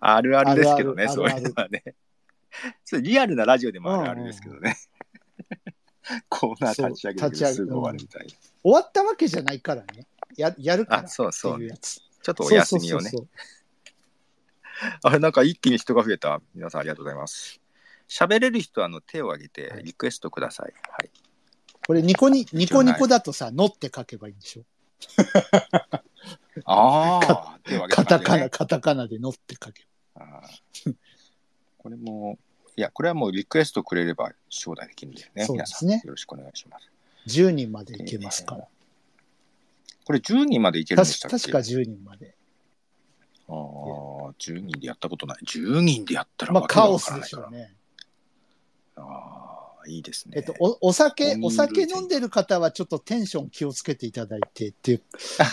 Speaker 1: あるあるですけどね、
Speaker 2: あるある
Speaker 1: そういうのはね。 それリアルなラジオでもあるあるですけどね。 コーナー立ち上げ
Speaker 2: そ
Speaker 1: る
Speaker 2: う立
Speaker 1: け
Speaker 2: ち上
Speaker 1: ど
Speaker 2: げ
Speaker 1: すぐ終わるみたい
Speaker 2: 終わったわけじゃないからね。ややる
Speaker 1: な。
Speaker 2: から
Speaker 1: あ、
Speaker 2: っ
Speaker 1: そう
Speaker 2: て
Speaker 1: そう
Speaker 2: いう
Speaker 1: ね。
Speaker 2: やつ。
Speaker 1: ちょっと
Speaker 2: そう
Speaker 1: お
Speaker 2: そ
Speaker 1: 休
Speaker 2: うそう
Speaker 1: みをね
Speaker 2: そ。う
Speaker 1: あれ、なんか一気に人が増えた。皆さんありがとうございます。喋れる人はあの手を挙げてリクエストください。はい。
Speaker 2: これニコニ、ニコニコだとさ、のって書けばいいんでしょ。
Speaker 1: ああ、手を挙げ
Speaker 2: カ
Speaker 1: た
Speaker 2: タ
Speaker 1: 感じ
Speaker 2: カ
Speaker 1: ね
Speaker 2: ナ、カタカナでのって書け
Speaker 1: あーこれも、いや、これはもうリクエストくれれば招待できるんだよね。
Speaker 2: そうで
Speaker 1: 皆
Speaker 2: す
Speaker 1: さ
Speaker 2: ね
Speaker 1: ん、よろしくお願いします。
Speaker 2: 10人までいけますから。
Speaker 1: これ10人までいけるんでした
Speaker 2: 確
Speaker 1: っ
Speaker 2: か
Speaker 1: け
Speaker 2: 確か10人まで。
Speaker 1: ああ、10人でやったことない。10人でやったら
Speaker 2: まあ
Speaker 1: わけが
Speaker 2: カオ
Speaker 1: わ
Speaker 2: ス
Speaker 1: から
Speaker 2: で
Speaker 1: ない
Speaker 2: し
Speaker 1: から。
Speaker 2: ょうね。
Speaker 1: ああ、いいですね。
Speaker 2: えっと、おお酒
Speaker 1: ね、
Speaker 2: お酒飲んでる方はちょっとテンション気をつけていただいてっていう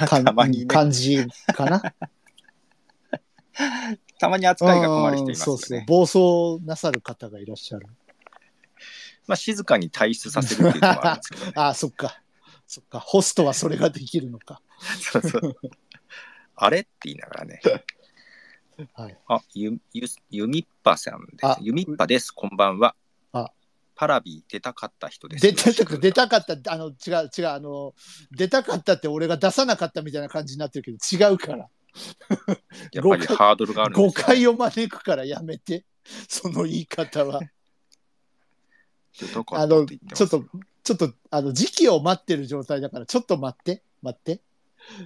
Speaker 2: 感
Speaker 1: たまにね
Speaker 2: 感じかな。
Speaker 1: たまに扱いが困る人います
Speaker 2: う
Speaker 1: よ
Speaker 2: んそうそう
Speaker 1: ね。。
Speaker 2: 暴走なさる方がいらっしゃる。。
Speaker 1: まあ、静かに退出させるっていうのもあるんですけどね
Speaker 2: ああ、そっか。そっか、ホストはそれができるのか。
Speaker 1: そうそう。あれって言いながらね。
Speaker 2: はい。
Speaker 1: あ、ゆ、ゆ、ゆみっぱさんです
Speaker 2: あ。
Speaker 1: ゆみっぱです。こんばんは。
Speaker 2: あ
Speaker 1: パラビ出たかった人です。
Speaker 2: 出たか出たかった、あの、違う、違う、あの、出たかったって俺が出さなかったみたいな感じになってるけど、違うから。
Speaker 1: やっぱり
Speaker 2: 誤解
Speaker 1: ハードルがあるん
Speaker 2: 誤
Speaker 1: ですよ
Speaker 2: 解を招くからやめて、その言い方は。
Speaker 1: 出たか
Speaker 2: あ
Speaker 1: ったっ
Speaker 2: の、
Speaker 1: て
Speaker 2: ち
Speaker 1: 言ってます
Speaker 2: ょっと、ちょっと、あの、時期を待ってる状態だから、ちょっと待って、待って。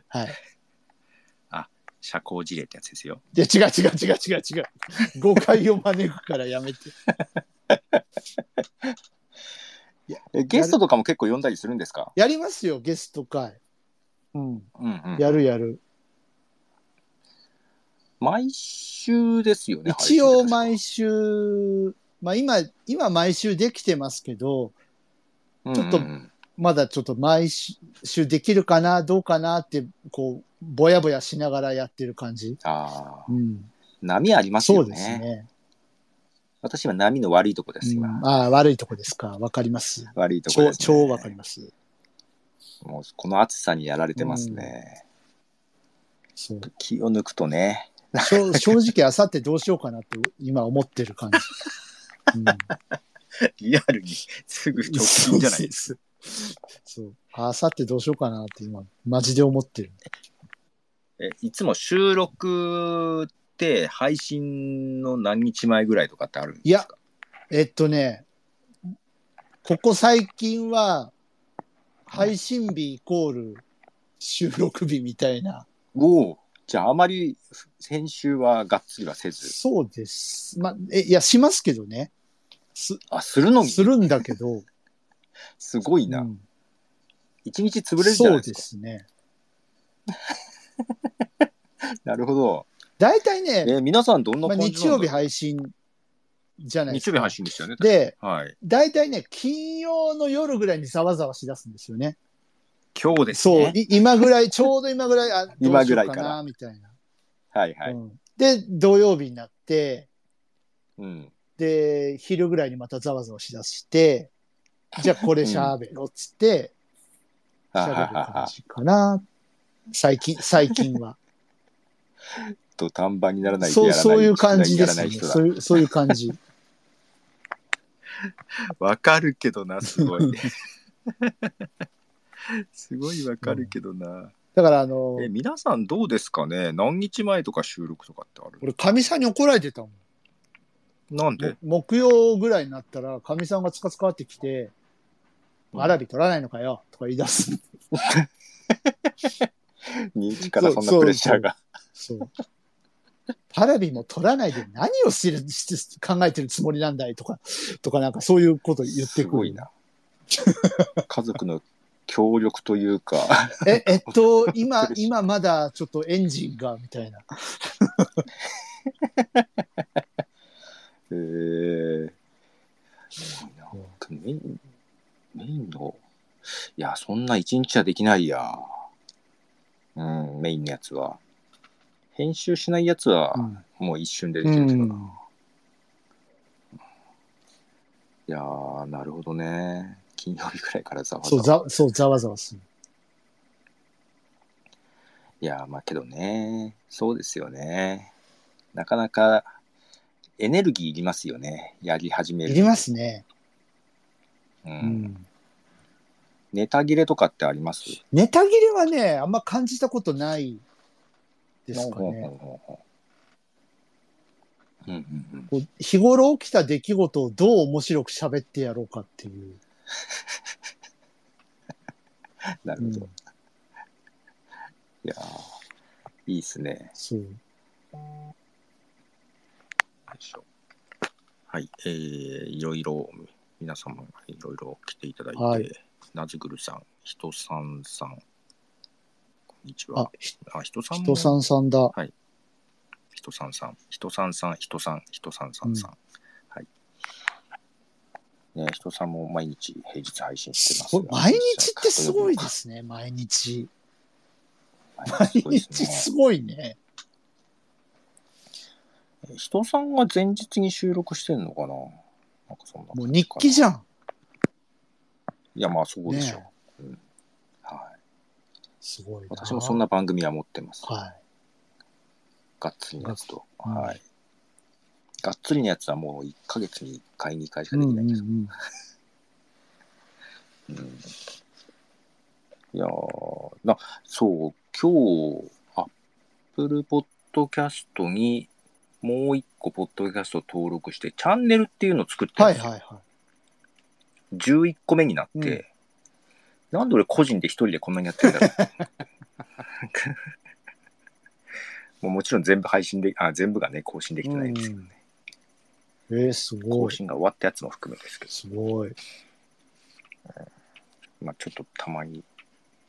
Speaker 2: はい。
Speaker 1: 社交辞令ってやつですよ。
Speaker 2: で、違う違う違う違う違う。誤解を招くからやめて。
Speaker 1: えゲストとかも結構呼んだりするんですか
Speaker 2: やりますよ、ゲスト会。うん。
Speaker 1: うんうん。
Speaker 2: やるやる。
Speaker 1: 毎週ですよね。
Speaker 2: 一応毎
Speaker 1: 週。
Speaker 2: 週、まあ今、今毎週できてますけど、
Speaker 1: ち
Speaker 2: ょっとまだちょっと毎週できるかな、どうかなって、こう、ぼやぼやしながらやってる感じ。
Speaker 1: ああ、
Speaker 2: うん。
Speaker 1: 波あります
Speaker 2: そ
Speaker 1: よ
Speaker 2: うです
Speaker 1: ね。
Speaker 2: ね。
Speaker 1: 私は波の悪いとこです、
Speaker 2: う
Speaker 1: 今。
Speaker 2: ん、ああ、悪いとこですか。わかります。
Speaker 1: 悪いとこ
Speaker 2: 超、
Speaker 1: です、ね。
Speaker 2: 超わかります。
Speaker 1: もうこの暑さにやられてますね。
Speaker 2: そう。
Speaker 1: 気を抜くとね。
Speaker 2: 正正直、あさってどうしようかなって今思ってる感じ。 うん
Speaker 1: リアルにすぐ直近じゃないです。
Speaker 2: そう。あさってどうしようかなって今、マジで思ってる。
Speaker 1: えいつも収録って配信の何日前ぐらいとかってあるんですか
Speaker 2: いや、えっとね、ここ最近は、配信日イコール収録日みたいな。
Speaker 1: おおじゃああまり先週はがっつりはせず。
Speaker 2: そうです。ま、え、いや、しますけどね。す、
Speaker 1: あ、するの
Speaker 2: するんだけ ど。
Speaker 1: すごいな。
Speaker 2: うん
Speaker 1: 一日潰れるじゃないですか。
Speaker 2: そうですね。
Speaker 1: なるほど。
Speaker 2: 大体ね、
Speaker 1: え、皆さんどんな
Speaker 2: まあ、
Speaker 1: 感じなんだ
Speaker 2: 日曜日配信じゃないです
Speaker 1: 日
Speaker 2: か。
Speaker 1: 曜日配信でしたよね。
Speaker 2: で、
Speaker 1: はい。
Speaker 2: 大体ね、金曜の夜ぐらいにざわざわしだすんですよね。
Speaker 1: 今日です
Speaker 2: そう
Speaker 1: ね、。
Speaker 2: い今ぐらい、ちょうど今ぐらい、あ、どうし よう
Speaker 1: 今ぐらいか
Speaker 2: からな、みたいな。
Speaker 1: はいはい。
Speaker 2: うんで、土曜日になって、
Speaker 1: うん。
Speaker 2: で、昼ぐらいにまたざわざわしだして、じゃあこれ喋ろうっつ って、
Speaker 1: はは
Speaker 2: 喋、る
Speaker 1: は
Speaker 2: 感
Speaker 1: は。
Speaker 2: じかな。最近、最 近は。
Speaker 1: と短板にならない
Speaker 2: そう、そういう感じで
Speaker 1: やら
Speaker 2: す
Speaker 1: ない
Speaker 2: ね。
Speaker 1: 人だ
Speaker 2: そういう、そういう感じ。
Speaker 1: わかるけどな、すご い。すごいわかるけどな。
Speaker 2: だから、あの
Speaker 1: え、、皆さんどうですかね何日前とか収録とかってある
Speaker 2: 俺、かみさんに怒られてたもん。
Speaker 1: なんで
Speaker 2: も木曜ぐらいになったら、かみさんがつかつかってきて、
Speaker 1: うん
Speaker 2: わらび取らないのかよ、とか言い出す。
Speaker 1: 日からそんなプレッシャーが。
Speaker 2: そう。パラビも取らないで何をしてるして考えてるつもりなんだいとか、とかなんかそういうこと言って
Speaker 1: す
Speaker 2: く
Speaker 1: ご
Speaker 2: る
Speaker 1: い。な。家族の協力というか、
Speaker 2: え、えっ と、今、今まだちょっとエンジンが、みたいな。
Speaker 1: えー、すごいな。メイン、メインの、いや、そんな一日はできないや。うん、メインのやつは。編集しないやつは、もう一瞬でで
Speaker 2: う
Speaker 1: きるから。
Speaker 2: ん。
Speaker 1: いやー、なるほどね。金曜日くらいからざわざ
Speaker 2: そう、
Speaker 1: わ。
Speaker 2: ざ、そう、ざわざわする。
Speaker 1: いやー、まあけどね、そうですよね。なかなか、エネルギーいりますよね。やり始める。
Speaker 2: いりますね。
Speaker 1: う。
Speaker 2: うんん。
Speaker 1: ネタ切れとかってあります
Speaker 2: ネタ切れはね、あんま感じたことないですか
Speaker 1: ほうほう
Speaker 2: ね。
Speaker 1: ほうほううんうんうん。
Speaker 2: こう日頃起きた出来事をどう面白く喋ってやろうかっていう。
Speaker 1: な
Speaker 2: う
Speaker 1: るほ
Speaker 2: ん
Speaker 1: ど。いやーいいっすね。よ
Speaker 2: そう。
Speaker 1: いしょ。はい。えー、いろいろ、皆様、いろいろ来ていただいて、
Speaker 2: はい
Speaker 1: なずぐるさん、ひとさんさん、こんにち
Speaker 2: あ
Speaker 1: は。、
Speaker 2: ひ
Speaker 1: あ、ひとさんも
Speaker 2: とさんさんだ。
Speaker 1: ひとさんさん、ひとさんさん、ひとさん、ひとさんさんさん。はい。ね、ひとさんも毎日、平日配信してます
Speaker 2: すご
Speaker 1: が。
Speaker 2: い毎日ってすごいですね、毎日。
Speaker 1: 毎
Speaker 2: 毎
Speaker 1: 日
Speaker 2: 日すごいね。
Speaker 1: 人さんが前日に収録してんのかななんかそんな
Speaker 2: もう日記じ
Speaker 1: ゃ
Speaker 2: ゃん。
Speaker 1: いや、まあそうでしょう。うん
Speaker 2: すごい。
Speaker 1: 私もそん。な番組は持ってます。
Speaker 2: は
Speaker 1: がっつりのやつと。
Speaker 2: い。。
Speaker 1: はいい。がっつりのやつはもう1ヶ月に1回、2回しか
Speaker 2: う
Speaker 1: でき
Speaker 2: んうん
Speaker 1: な
Speaker 2: う
Speaker 1: いです。
Speaker 2: ん。
Speaker 1: うんいやーな、そう、今日、アップルポッドキャストに、もう一個、ポッドキャスト登録して、チャンネルっていうのを作ってるん
Speaker 2: はい
Speaker 1: ですよ、
Speaker 2: はいは
Speaker 1: 11個目になって、なんで俺個人で一人でこんなにやってるんだろ う。もうもちろん全部配信で、あ、全部がね、更新で
Speaker 2: い。
Speaker 1: きてないんですけどね。
Speaker 2: うんえー、すご
Speaker 1: 更
Speaker 2: い。
Speaker 1: 新が終わったやつも含めですけど、
Speaker 2: すごい。
Speaker 1: まあちょっとたまに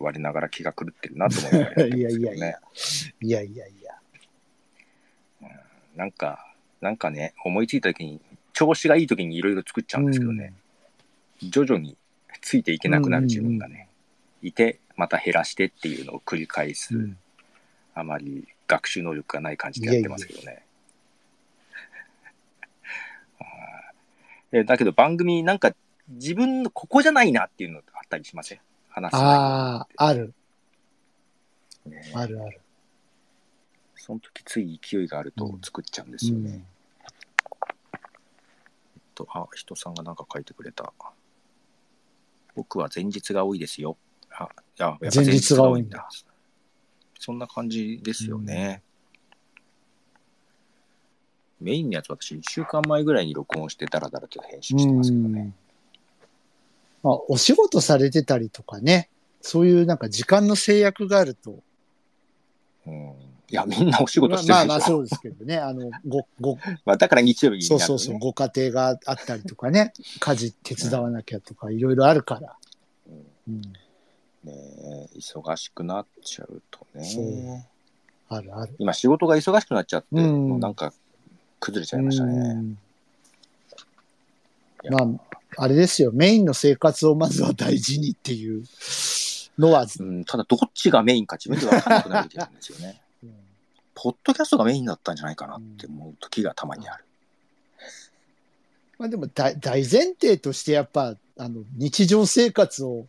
Speaker 1: 割れながら気が狂ってるなと思いながらやってますけど
Speaker 2: いやいやい
Speaker 1: ね
Speaker 2: や。いやいやいや。
Speaker 1: なんか、なんかね、思いついた時に、調子がいい時にいろいろ作っちゃうんですけどね、徐々についていけなくなる自分がね、いて、また減らしてっていうのを繰り返す、
Speaker 2: うん。うん
Speaker 1: あまり学習能力がない感じでやってますけどね。 はいえだけど番組、なんか自分のここじゃないなっていうのあったりしません話す内
Speaker 2: ああ、ある、
Speaker 1: 容ね
Speaker 2: あるある。
Speaker 1: その時つい勢いがあると作っちゃうんですよね。
Speaker 2: うん
Speaker 1: えっと、あ、人さんがなんか書いてくれた。僕は前日が多いですよ。あ、いや、やっぱ
Speaker 2: 前日が多いんだ。
Speaker 1: そんな感じですよね。メインのやつ、私、1週間前ぐらいに録音して、ダラダラと編集してますけどね。
Speaker 2: まあ、お仕事されてたりとかね、そういうなんか時間の制約があると。
Speaker 1: うん。いや、みんなお仕事して
Speaker 2: ま
Speaker 1: る
Speaker 2: あ
Speaker 1: で
Speaker 2: まあ
Speaker 1: しょ。
Speaker 2: そうですけどね、あの、ご、ご、
Speaker 1: まあ、だから日曜日になる、
Speaker 2: そう
Speaker 1: ね。
Speaker 2: そうそう、ご家庭があったりとかね、家事手伝わなきゃとか、いろいろあるから。
Speaker 1: うん
Speaker 2: うん、
Speaker 1: ねえ忙しくなっちゃうと
Speaker 2: そう
Speaker 1: ね。
Speaker 2: あるある。
Speaker 1: 今、仕事が忙しくなっちゃって、
Speaker 2: うん
Speaker 1: もうなんか、崩れちゃいましたね。
Speaker 2: うんまあ、あれですよ、メインの生活をまずは大事にっていうのは、
Speaker 1: うん、ただ、どっちがメインか自分で分かんなくなる時なんですよ ね。
Speaker 2: うん
Speaker 1: ポッドキャストがメインだったんじゃないかなって思う時がたまにある。
Speaker 2: まあでも大大前提としてやっぱあの日常生活を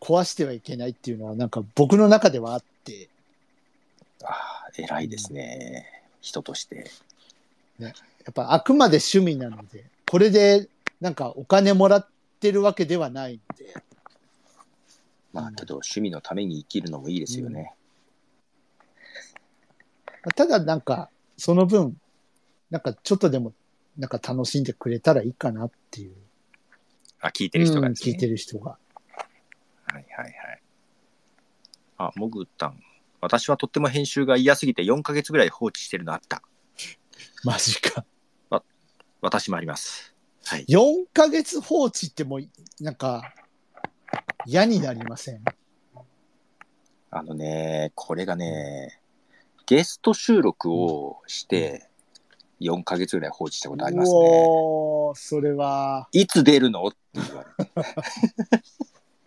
Speaker 2: 壊してはいけないっていうのはなんか僕の中ではあって、
Speaker 1: ああ、偉いですね。人として。
Speaker 2: やっぱあくまで趣味なので、これでなんかお金もらってるわけではないので、
Speaker 1: まあ、けど、趣味のために生きるのもいいですよね。
Speaker 2: まあただなんかその分、なんかちょっとでもなんか楽しんでくれたらいいかなっていう。
Speaker 1: あ、聞いてる人が
Speaker 2: うん
Speaker 1: ですね。
Speaker 2: 聞いてる人が。
Speaker 1: はいはいはい。あ、もぐたん。私はとっても編集が嫌すぎて4ヶ月ぐらい放置してるのあった。
Speaker 2: マジか。
Speaker 1: 私もあります。はい。
Speaker 2: 4ヶ月放置ってもうなんか嫌になりません。
Speaker 1: あのね、これがね、ゲスト収録をして4ヶ月ぐらい放置したことありますね。
Speaker 2: おーそれは。
Speaker 1: いつ出るのって言われて。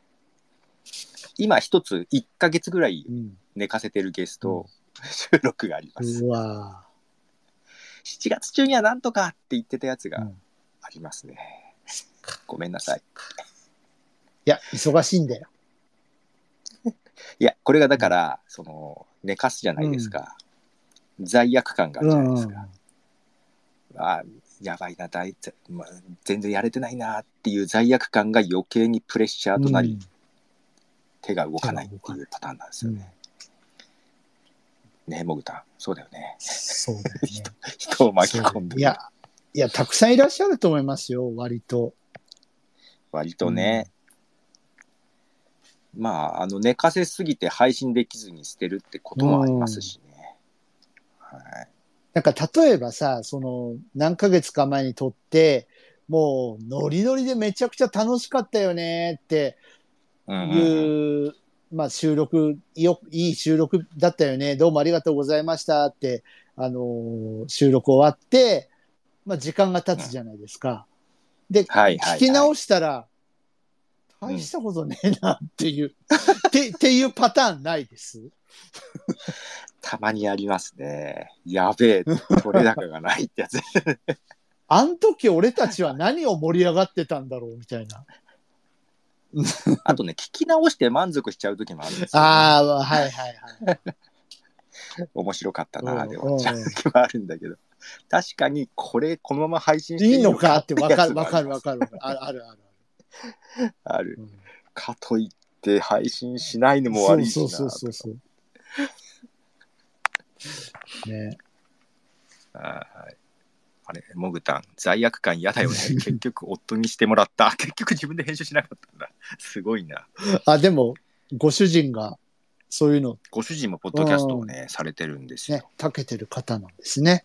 Speaker 1: 今一つ1ヶ月ぐらい
Speaker 2: うん
Speaker 1: 寝かせてるゲスト収録があります。
Speaker 2: うわ
Speaker 1: 7月中にはなんとかって言ってたやつ
Speaker 2: う
Speaker 1: が
Speaker 2: ん
Speaker 1: ありますね。ごめんなさい。
Speaker 2: いや、忙しいんだよ。
Speaker 1: いや、これがだから、その、寝かすじゃないですか。罪悪感があるじゃないですか。あやばいな、だいまあ全然やれてないなっていう罪悪感が余計にプレッシャーとなり、手が動かないっていうパターンなんです
Speaker 2: うん
Speaker 1: よね。ねもぐたん、そうだよね。
Speaker 2: そうだよね。
Speaker 1: 人を巻き込んで
Speaker 2: いや、いや、たくさんいらっしゃると思いますよ、割と。
Speaker 1: 割とね、まああの寝かせすぎて配信できずに捨てるってこともありますしね、はい
Speaker 2: なんか、例えばさ、その、何ヶ月か前に撮って、もう、ノリノリでめちゃくちゃ楽しかったよねって
Speaker 1: うん
Speaker 2: いうう、
Speaker 1: ん
Speaker 2: まあ、収録よ、いい収録だったよね。どうもありがとうございましたって、あのー収録終わって、まあ、時間が経つじゃないですか。で、
Speaker 1: はいはい、はい、
Speaker 2: 聞き直したら、大したことねえなっていう、 て、っていうパターンないです。
Speaker 1: たまにありますねやべえ取れ高がないってや つ
Speaker 2: あん時俺たちは何を盛り上がってたんだろうみたいな。
Speaker 1: あとね、聞き直して満足しちゃう時もあるんですよ、ね。
Speaker 2: ああ、はいはいはい。
Speaker 1: 面白かったな、で
Speaker 2: うん
Speaker 1: 終わっちゃう
Speaker 2: うん
Speaker 1: 時もあるんだけど。確かに、これ、このまま配信 して
Speaker 2: いいのかってわかるわ
Speaker 1: わ
Speaker 2: かるわかるわかる。あるあるある。
Speaker 1: ある。
Speaker 2: うん
Speaker 1: かといって、配信しないのも悪いし
Speaker 2: そ
Speaker 1: な。
Speaker 2: うそうそうそうそう。ね、
Speaker 1: はいあれ、モグタン、罪悪感嫌だよ ね。結局、夫にしてもらった。 結局、自分で編集しなかったんだ。すごいな。
Speaker 2: あでもご主人がそういうの
Speaker 1: ご主人もポッドキャストをね、されてるんですよ。
Speaker 2: ね長けてる方なんですね。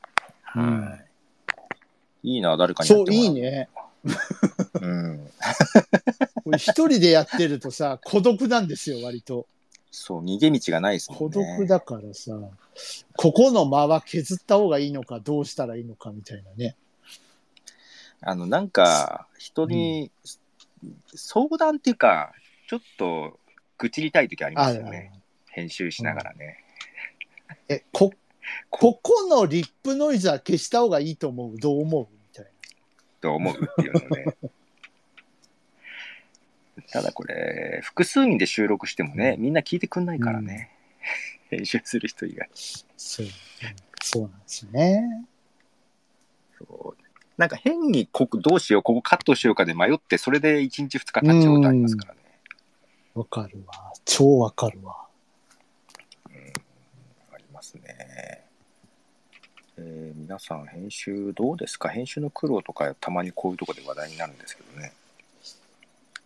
Speaker 2: うん
Speaker 1: はい。いいな、誰かにや
Speaker 2: そ
Speaker 1: っ
Speaker 2: う
Speaker 1: てもら
Speaker 2: いいね。
Speaker 1: うん。
Speaker 2: これ一人でやってるとさ 孤独なんですよ割と。
Speaker 1: そう、逃げ道がないですも
Speaker 2: 孤
Speaker 1: んね。
Speaker 2: 独だからさ、ここの間は削った方がいいのかどうしたらいいのかみたいなね。
Speaker 1: あの、なんか、人に、相談っていうか、ちょっと、愚痴りたい時ありま
Speaker 2: あ
Speaker 1: すよね。編集しながらね。
Speaker 2: えこ
Speaker 1: こ
Speaker 2: ここのリップノイズは消した方がいいと思うどう思うみたいな。
Speaker 1: と思うっていうのね。 ただこれ、複数人で収録してもね、みんな聞いてくんないからね。 編集する人以外。
Speaker 2: そうそうなんですよね。
Speaker 1: そうなんか変にここどうしよう、ここカットしようかで迷って、それで1日2日経っちゃうことありますからね。
Speaker 2: わかるわ。超わかるわ。
Speaker 1: ありますね。えー皆さん、編集どうですか編集の苦労とか、たまにこういうとこで話題になるんですけどね。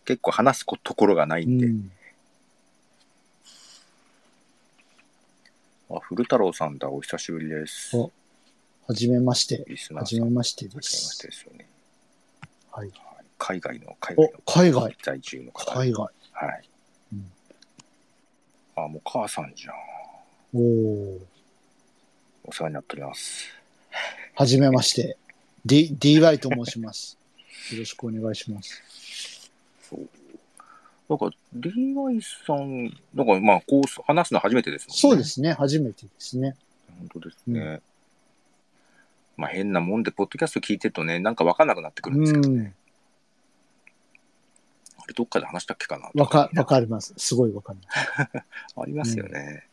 Speaker 1: 結構話すこところがないんで。
Speaker 2: うん
Speaker 1: あ、古太郎さんだ、お久しぶりです。
Speaker 2: おはじめまして。
Speaker 1: リスナーさ
Speaker 2: はじ
Speaker 1: ん、
Speaker 2: め
Speaker 1: は
Speaker 2: まして
Speaker 1: じめま
Speaker 2: で
Speaker 1: し
Speaker 2: す
Speaker 1: て。ですよね。
Speaker 2: はい。
Speaker 1: はい海外の、海
Speaker 2: お
Speaker 1: 外の、
Speaker 2: 海外。
Speaker 1: 在住の方。はい。
Speaker 2: 海外。うん
Speaker 1: あ、もう母さんじゃん。
Speaker 2: おおー。
Speaker 1: お世話になっております。
Speaker 2: はじめまして。D、DY と申します。よろしくお願いします。
Speaker 1: そう。なんか、DY さん、なんか、まあ、こう、話すの初めてですもんね。
Speaker 2: そうですね。初めてですね。
Speaker 1: 本当ですね。まあ変なもんで、ポッドキャスト聞いてるとね、なんか分かんなくなってくるんですけど、
Speaker 2: うん。
Speaker 1: あれどっかで話したっけかな
Speaker 2: わか、
Speaker 1: と
Speaker 2: わかります。すごいわかります。
Speaker 1: ありますよね。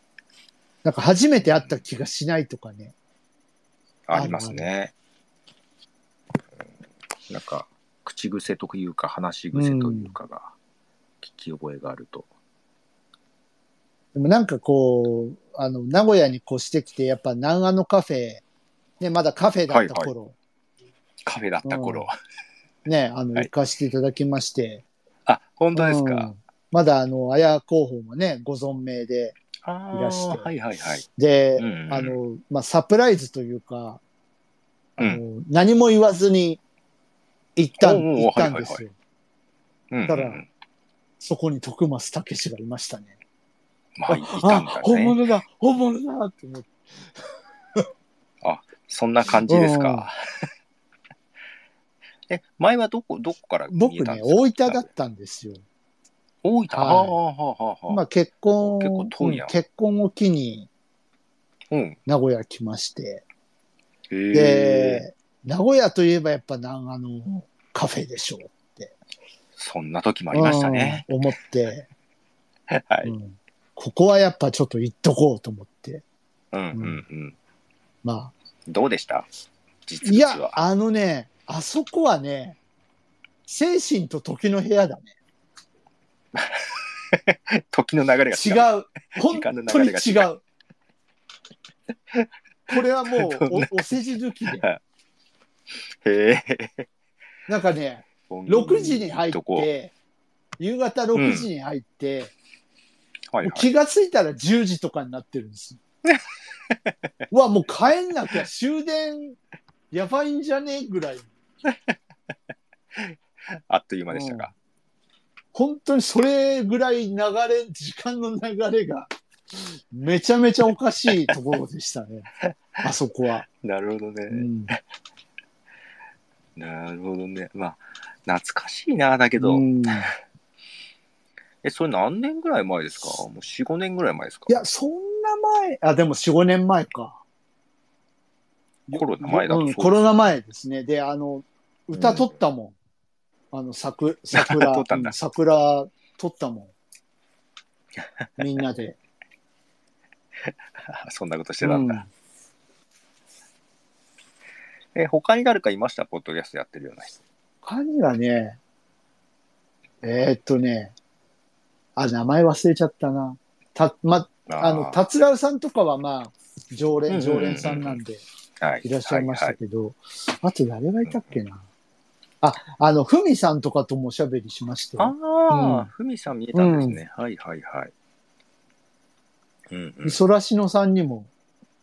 Speaker 2: なんか初めて会った気がしないとかね。
Speaker 1: ありますね。うんなんか、口癖というか、話し癖というかが、聞き覚えがあると。
Speaker 2: でもなんかこう、あの、名古屋に越してきて、やっぱ南アのカフェ、ね、まだカフェだった頃、
Speaker 1: カフェだった頃。
Speaker 2: ね、あの、
Speaker 1: はい
Speaker 2: 行かせていただきまして、
Speaker 1: あ、本当です
Speaker 2: う
Speaker 1: か。
Speaker 2: んまだあの、綾候補もね、ご存命で、
Speaker 1: あー
Speaker 2: いらして
Speaker 1: はいはいはい。
Speaker 2: で、
Speaker 1: うんうんうん
Speaker 2: あの、まあ、サプライズというか、あ
Speaker 1: うん
Speaker 2: の何も言わずに行った、
Speaker 1: おうんおう
Speaker 2: 行ったんですよ。
Speaker 1: はいうんうん
Speaker 2: ただそこに徳増武志がいましたね。
Speaker 1: まあ、いたん
Speaker 2: あ、
Speaker 1: だ
Speaker 2: 本
Speaker 1: ね。
Speaker 2: 物だ本物だって思って。
Speaker 1: そんな感じです
Speaker 2: うん
Speaker 1: か。 え、前はどこ、どこから見え
Speaker 2: 僕
Speaker 1: たん
Speaker 2: ね
Speaker 1: で、すか
Speaker 2: 大分だったんですよ。
Speaker 1: 大分、
Speaker 2: はい
Speaker 1: ああ、はあ、はあはあ。
Speaker 2: まあ、結婚
Speaker 1: 結構遠いやん
Speaker 2: うん結婚を機に
Speaker 1: うん。
Speaker 2: 名古屋来まして。
Speaker 1: へえ。
Speaker 2: で、名古屋といえばやっぱ南あのカフェでしょう。
Speaker 1: そんな時もありましたね。
Speaker 2: うん思って。。
Speaker 1: はいう
Speaker 2: んここはやっぱちょっと行っとこうと思って。
Speaker 1: うんうんうん。
Speaker 2: まあ。
Speaker 1: どうでした実
Speaker 2: い
Speaker 1: 物
Speaker 2: や、
Speaker 1: は。
Speaker 2: あのね、あそこはね、精神と時の部屋だね。
Speaker 1: 時の流れが
Speaker 2: 違
Speaker 1: う。
Speaker 2: う。本
Speaker 1: 時間の
Speaker 2: 当に
Speaker 1: 流れが
Speaker 2: 違
Speaker 1: 違
Speaker 2: う。これ はもうおお世辞抜きで。
Speaker 1: へえ。
Speaker 2: なんかね、
Speaker 1: 6
Speaker 2: 6時に入っ
Speaker 1: とこ
Speaker 2: て、夕方6時に入って、
Speaker 1: はいはい
Speaker 2: もう気がついたら10時とかになってるん ですよ。うわ、もう帰んなきゃ終電やばいんじゃねえぐらい。
Speaker 1: あっという間でしたか。
Speaker 2: 本当にそれぐらい流れ、時間の流れが、めちゃめちゃおかしいところでした ね。あそこは。
Speaker 1: なるほど
Speaker 2: う
Speaker 1: ね。
Speaker 2: ん、
Speaker 1: なるほどね。まあ、懐かしいな、だけど
Speaker 2: う。んい
Speaker 1: え、それ何年ぐらい前ですかもう4、5年ぐらい前ですか
Speaker 2: や、そんな前、あ、でも4、5年前か。
Speaker 1: コロナ前だとそう
Speaker 2: う
Speaker 1: で
Speaker 2: ん
Speaker 1: す
Speaker 2: コロナ前ですね。で、あの、歌取ったもん。あの、桜、桜、
Speaker 1: 撮ったんだ
Speaker 2: う桜撮ったもん。みんなで。
Speaker 1: そんなことしてたんだ。え、他に誰かいましたポッドキャストやってるような人。
Speaker 2: 他にはね、えーっとね、あ、名前忘れちゃったな。た、ま、あの、
Speaker 1: ー
Speaker 2: 達郎さんとかはまあ、常
Speaker 1: うんう
Speaker 2: 連、
Speaker 1: んうんう
Speaker 2: 常
Speaker 1: ん
Speaker 2: 連さんなんで、
Speaker 1: はい
Speaker 2: らっしゃいました
Speaker 1: は
Speaker 2: けど、あと誰がいたっけな。あ、あの、ふみさんとかともおしゃべりしまして、
Speaker 1: いはいああ、
Speaker 2: うん
Speaker 1: ふみさん見えたんですね。はいはいはい。うん、うん
Speaker 2: 美。空しのさんにも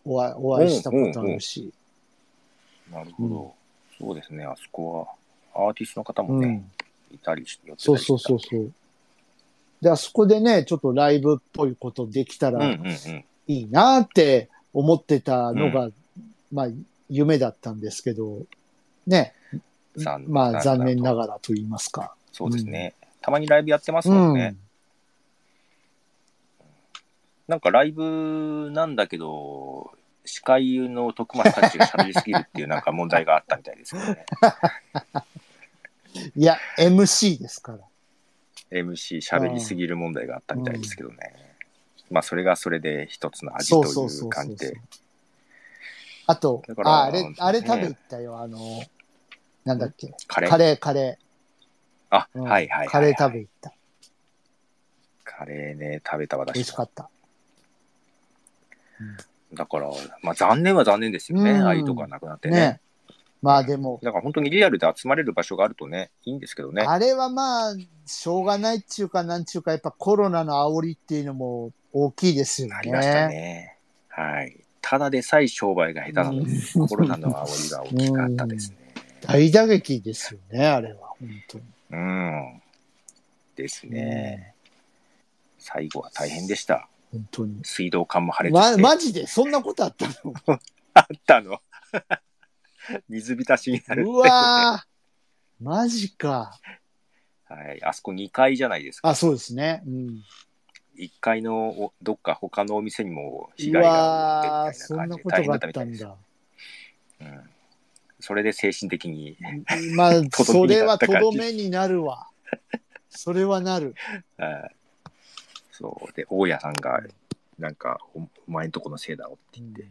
Speaker 2: お会いお会いしたことあるし、
Speaker 1: なるほど。そうですね、あそこはアーティストの方も
Speaker 2: う
Speaker 1: ね、
Speaker 2: ん。
Speaker 1: いたりして、寄ってた
Speaker 2: そう
Speaker 1: りして
Speaker 2: そうそうそう。で、あそこでね、ちょっとライブっぽいことできた
Speaker 1: うんうん
Speaker 2: ら
Speaker 1: うん。
Speaker 2: いいなって思ってたのが、
Speaker 1: う
Speaker 2: まあ、夢だったんですけど、ね、
Speaker 1: 残
Speaker 2: まあ、残念な
Speaker 1: がら。
Speaker 2: がらと言いますか。
Speaker 1: そうですね。たまにライブやってますもんね。なんかライブなんだけど、司会の徳松たちが喋りすぎるっていうなんか問題があったみたいですけどね。
Speaker 2: うん。いや、MC ですから。
Speaker 1: MC 喋りすぎる問題があったみたいですけどね。まあそれがそれで一つの味と
Speaker 2: そう
Speaker 1: い
Speaker 2: そうそうう
Speaker 1: 感
Speaker 2: そ
Speaker 1: じ
Speaker 2: う
Speaker 1: で。。
Speaker 2: あと
Speaker 1: だか、ら
Speaker 2: ああれ
Speaker 1: ね、
Speaker 2: あれ食べたよ、あの、なんだっけ、
Speaker 1: カレ
Speaker 2: カ
Speaker 1: ー
Speaker 2: レー、カレ
Speaker 1: あ、
Speaker 2: ー。うん
Speaker 1: はいはいはいはい。
Speaker 2: カレー食べ行った。
Speaker 1: カレーね、食べた
Speaker 2: 美
Speaker 1: 私
Speaker 2: 味しかった。
Speaker 1: だから、まあ残念は残念ですよね。
Speaker 2: うん
Speaker 1: ああいうとこがなくなって
Speaker 2: ね
Speaker 1: ね。
Speaker 2: まあでも、
Speaker 1: だから本当にリアルで集まれる場所があるとね、いいんですけどね。
Speaker 2: あれはまあ、しょうがないっちゅうか、なんちゅうか、やっぱコロナの煽りっていうのも大きいですよね。
Speaker 1: ありましたね。はい。ただでさえ商売が下手なのに、
Speaker 2: うん
Speaker 1: コロナの煽りが大きかったですね。
Speaker 2: 大打撃ですよね、あれは、本当に。
Speaker 1: うん。ですね。最後は大変でした。
Speaker 2: 本当に。
Speaker 1: 水道管も破裂し
Speaker 2: ま、
Speaker 1: て、
Speaker 2: マジで、そんなことあったの
Speaker 1: あったの。 水浸しになるっていううね。
Speaker 2: わーマジか。
Speaker 1: はい。あそこ2階じゃないですか。
Speaker 2: あ、そうですね。うん。
Speaker 1: 1階のおどっか他のお店にも被
Speaker 2: う
Speaker 1: 害が
Speaker 2: わー
Speaker 1: 出て
Speaker 2: そ
Speaker 1: みた
Speaker 2: ん
Speaker 1: いな
Speaker 2: な
Speaker 1: 感じで大変だ
Speaker 2: ことがあ
Speaker 1: ったみた
Speaker 2: った
Speaker 1: い
Speaker 2: ん
Speaker 1: です。
Speaker 2: だ。
Speaker 1: うん、それで精神的に、
Speaker 2: まあ、
Speaker 1: とど
Speaker 2: そ
Speaker 1: めに
Speaker 2: れ
Speaker 1: な
Speaker 2: は
Speaker 1: った
Speaker 2: と
Speaker 1: 感じ
Speaker 2: どめにな るわ。それはなる。
Speaker 1: はいそう。で、大家さんが、なんか、おお前んとこのせいだろって言って、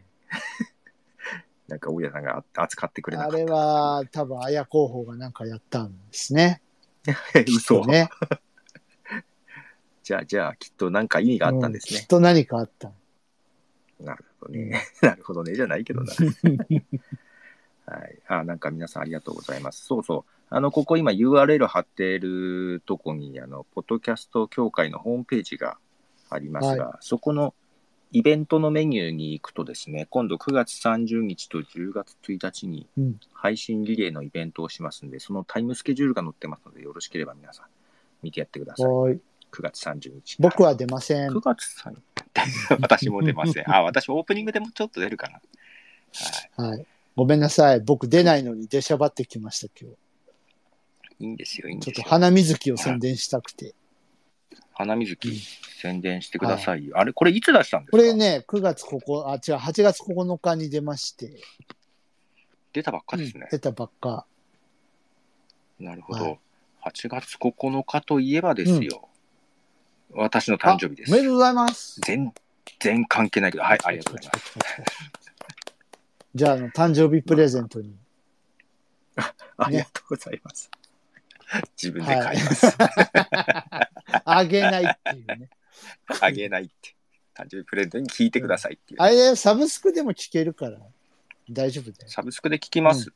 Speaker 1: なんか大家さんがあ扱ってくれなか
Speaker 2: あ
Speaker 1: った。
Speaker 2: れは、多分、綾候補がなんかやったんですね。
Speaker 1: 嘘、
Speaker 2: きっとね。
Speaker 1: じゃあ、じゃあ、きっとなんか意味があったんです
Speaker 2: う き
Speaker 1: ね
Speaker 2: っ。と何かあった。
Speaker 1: なるほどね。 なるほどね。じゃないけど な。はい。あ、なんか皆さんありがとうございます。そうそう。あの、ここ今 URL 貼ってるとこに、あの、ポッドキャスト協会のホームページがありますが、そこのイベントのメニューに行くとですね、今度9月30日と10月1日に
Speaker 2: うん
Speaker 1: 配信リレーのイベントをしますんで、そのタイムスケジュールが載ってますので、よろしければ皆さん見てやってください。9
Speaker 2: おい
Speaker 1: 月30日。
Speaker 2: 僕は出ません
Speaker 1: 9。月3日。私も出ません。 あ、私オープニングでもちょっと出るかな。はい。
Speaker 2: はい。ごめんなさい。僕出ないのに出しゃばってきました、今
Speaker 1: いいんですよ、いいん
Speaker 2: 日。ちょ
Speaker 1: です
Speaker 2: っと
Speaker 1: よ。
Speaker 2: 花水木を宣伝したくて。
Speaker 1: 花水木、宣伝してくださいよ。あれ、これいつ出したんですか
Speaker 2: これね、9月ここ、あ、違う、8月9日に出まして、
Speaker 1: 出たばっかです
Speaker 2: うん
Speaker 1: ね。
Speaker 2: 出たばっか。
Speaker 1: なるほど、
Speaker 2: はい
Speaker 1: 8月9日といえばですよ。私の誕生日です
Speaker 2: あお。めでとうございます。
Speaker 1: 全然関係ないけど、はい、ありがとうございます。
Speaker 2: じゃあ、あの、誕生日プレゼントに。
Speaker 1: ありがとうございます。自分で買います。
Speaker 2: あげないっていうね。
Speaker 1: あげないって。誕生日プレゼントに聞いてくださいっていう。
Speaker 2: あれだよ、サブスクでも聞けるから、大丈夫だよ。
Speaker 1: サブスクで聞きます。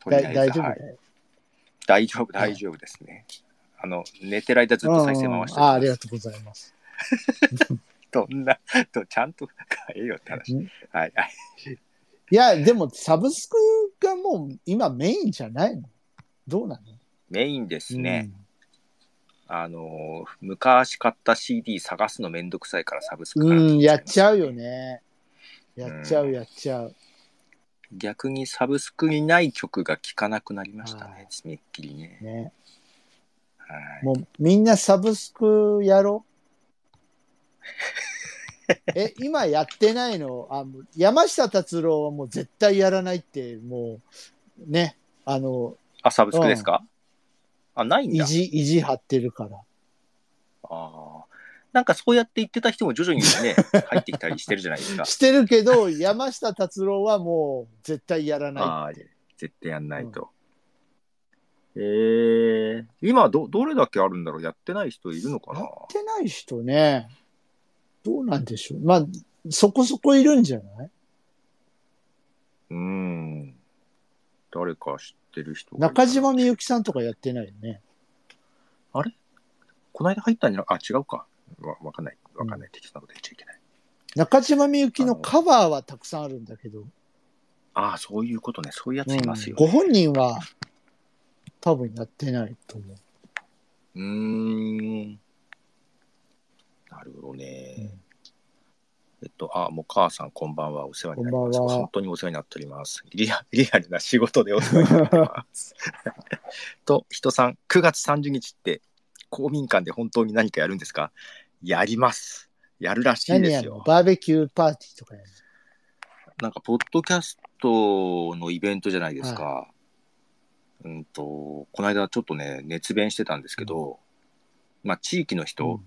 Speaker 1: とりあ
Speaker 2: だ
Speaker 1: えず
Speaker 2: 大丈夫
Speaker 1: はい
Speaker 2: だよ。
Speaker 1: 大丈夫、
Speaker 2: はい
Speaker 1: 大丈夫ですね。あの、寝てる間ずっ
Speaker 2: うん
Speaker 1: と
Speaker 2: うん
Speaker 1: 再生回して
Speaker 2: ああ、ありが
Speaker 1: と
Speaker 2: とうございます。
Speaker 1: う。どんな、とちゃんと変えよって話。
Speaker 2: うん
Speaker 1: はい、はい。
Speaker 2: いや、でも、サブスクがもう今メインじゃないのどうなの
Speaker 1: メインですね。あの、昔買った CD 探すのめんどくさいからサブスク
Speaker 2: う
Speaker 1: から
Speaker 2: ん、
Speaker 1: 聞
Speaker 2: うん
Speaker 1: い
Speaker 2: やっち
Speaker 1: ゃう。
Speaker 2: ゃうよね。やっちゃ
Speaker 1: う
Speaker 2: う、
Speaker 1: ん
Speaker 2: やっちゃう。
Speaker 1: 逆にサブスクにない曲が聴かなくなりました
Speaker 2: は
Speaker 1: ね
Speaker 2: い。
Speaker 1: めっきりね。
Speaker 2: ね。
Speaker 1: はい。
Speaker 2: もう、みんなサブスクや ろ。え、今やってないのあもう山下達郎はもう絶対やらないって、もう、ね、あの、
Speaker 1: あ、サブスクですかあ、ないん
Speaker 2: 意
Speaker 1: だ。
Speaker 2: 地、意地張ってるか
Speaker 1: あ
Speaker 2: ら。
Speaker 1: ああ。なんかそうやって言ってた人も徐々に ね、入ってきたりしてるじゃないですか。
Speaker 2: してるけど、山下達郎はもう絶対やらな
Speaker 1: ああ、絶対やんないと。えー、今ど、どれだけあるんだろうやってない人いるのか
Speaker 2: い。や
Speaker 1: な
Speaker 2: ってない人ね、どうなんでしょう。まあ、そこそこいるんじゃない
Speaker 1: うん。誰か知ってる人がいたら
Speaker 2: 中島みゆきさんとかやってないよね。
Speaker 1: この間入ったんじゃなあ、違うか。わわかんない。わかんない。適当なこと言っちゃいけない。
Speaker 2: 中島みゆきのカバーはたくさんあるんだけど、
Speaker 1: ああ、そういうことね。そういうやつ
Speaker 2: うん
Speaker 1: いますよ。
Speaker 2: ご本人は多分やってないと思う。
Speaker 1: うーん。なるほどね。
Speaker 2: うん
Speaker 1: えっと、あ、もう母さん、こんばんは。お世話になります。
Speaker 2: こんばんは
Speaker 1: 本当にお世話になっております。リアリアルな仕事でお世話になっており ます。と、人さん、9月30日って公民館で本当に何かやるんですかやります。やるらしい
Speaker 2: 何
Speaker 1: で
Speaker 2: や
Speaker 1: す
Speaker 2: るの
Speaker 1: よ。
Speaker 2: バーベキューパーティーとかやる
Speaker 1: なんか、ポッドキャストのイベントじゃないですか。うんと、この間ちょっとね、熱弁してたんですけど、まあ、地域の人、
Speaker 2: の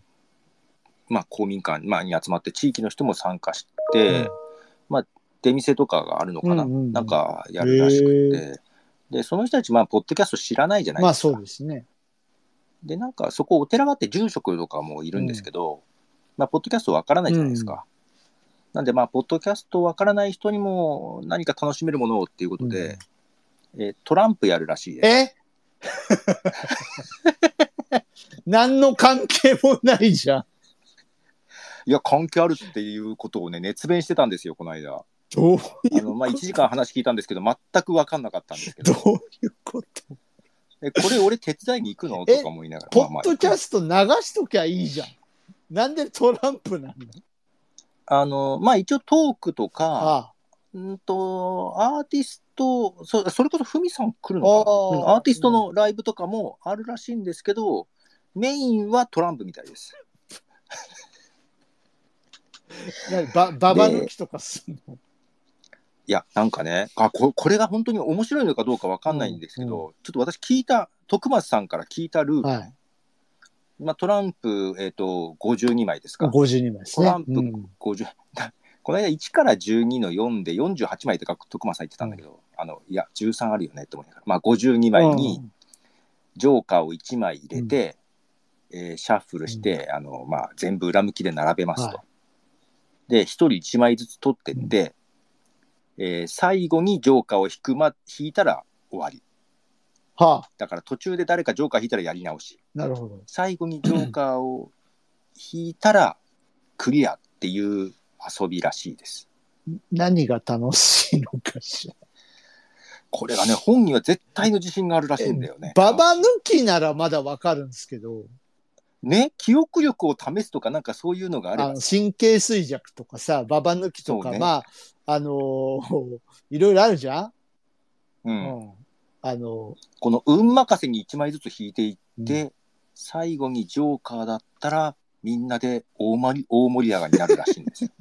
Speaker 1: まあ、公民館、まあ、に集まって地域の人も参加し
Speaker 2: う
Speaker 1: て、
Speaker 2: ん
Speaker 1: 出店とかがあるのかな、
Speaker 2: うんうんうん
Speaker 1: なんかやるらしく
Speaker 2: へ
Speaker 1: て、でその人たち、まあ、ポッドキャスト知らないじゃない
Speaker 2: ま
Speaker 1: で
Speaker 2: あ
Speaker 1: すか。
Speaker 2: そうですね。
Speaker 1: で、なんかそこ、お寺があって住職とかもいるんですけど、まあ、ポッドキャストわからないじゃないですか。なんで、まあ、ポッドキャストわからない人にも何か楽しめるものをっていうことで、えートランプやるらしいです。
Speaker 2: え何の関係もないじゃん。
Speaker 1: いや、関係あるっていうことをね、熱弁してたんですよ、この間。
Speaker 2: どう い
Speaker 1: あ
Speaker 2: う
Speaker 1: の、まあ、1時間話聞いたんですけど、全くわかんなかったんですけ
Speaker 2: ど
Speaker 1: ど、
Speaker 2: ういうこと
Speaker 1: えこれ俺手伝いに行くのとか思いながら。
Speaker 2: ポ
Speaker 1: まあまあ
Speaker 2: ッドキャスト流しときゃいいじゃん。なんでトランプなの
Speaker 1: あの、まあ一応トークとか、
Speaker 2: あ
Speaker 1: うんと、アーティスト、そそれこそふみさん来るのか
Speaker 2: あ
Speaker 1: なうん
Speaker 2: あ
Speaker 1: アーティストのライブとかもあるらしいんですけど、メインはトランプみたいです。
Speaker 2: あ、なにばババ抜きとかすんの
Speaker 1: いや、なんかね、あここれが本当に面白いのかどうかわかんないんですけど、
Speaker 2: う
Speaker 1: ちょっと私聞いた、徳松さんから聞いたルール、
Speaker 2: はい。
Speaker 1: まあ、トランプ、えっ、と、52枚ですか。
Speaker 2: 52枚ですね。
Speaker 1: トランプ
Speaker 2: うん
Speaker 1: 50 この間1から12の4で48枚って書く徳間さん言ってたんだけど、あのいや13あるよねって思いながら、まあ、52枚にジョーカーを1枚入れて、えーシャッフルして、あのまあ、全部裏向きで並べますと。
Speaker 2: は
Speaker 1: で1人1枚ずつ取ってって、えー最後にジョーカーを引く、ま、引いたら終わり
Speaker 2: はあ、
Speaker 1: だから途中で誰かジョーカー引いたらやり直し
Speaker 2: なるほど。
Speaker 1: 最後にジョーカーを引いたらクリアっていう遊びらしいです。
Speaker 2: 何が楽しいのかしら。
Speaker 1: これがね、本人は絶対の自信があるらしいんだよね。
Speaker 2: ババ抜きならまだわかるんですけど、
Speaker 1: ね、記憶力を試すとか、なんかそういうのがあれ
Speaker 2: あ
Speaker 1: ば
Speaker 2: の、神経衰弱とかさ、ババ抜きと
Speaker 1: そ
Speaker 2: か、
Speaker 1: うね
Speaker 2: まあ、あのー いろいろあるじゃん、
Speaker 1: う
Speaker 2: うんん、あの
Speaker 1: この運任せに1枚ずつ引いてい
Speaker 2: ー
Speaker 1: って、最後にジョーカーだったら、みんなで大盛り大盛り上がりになるらしいん ですよ。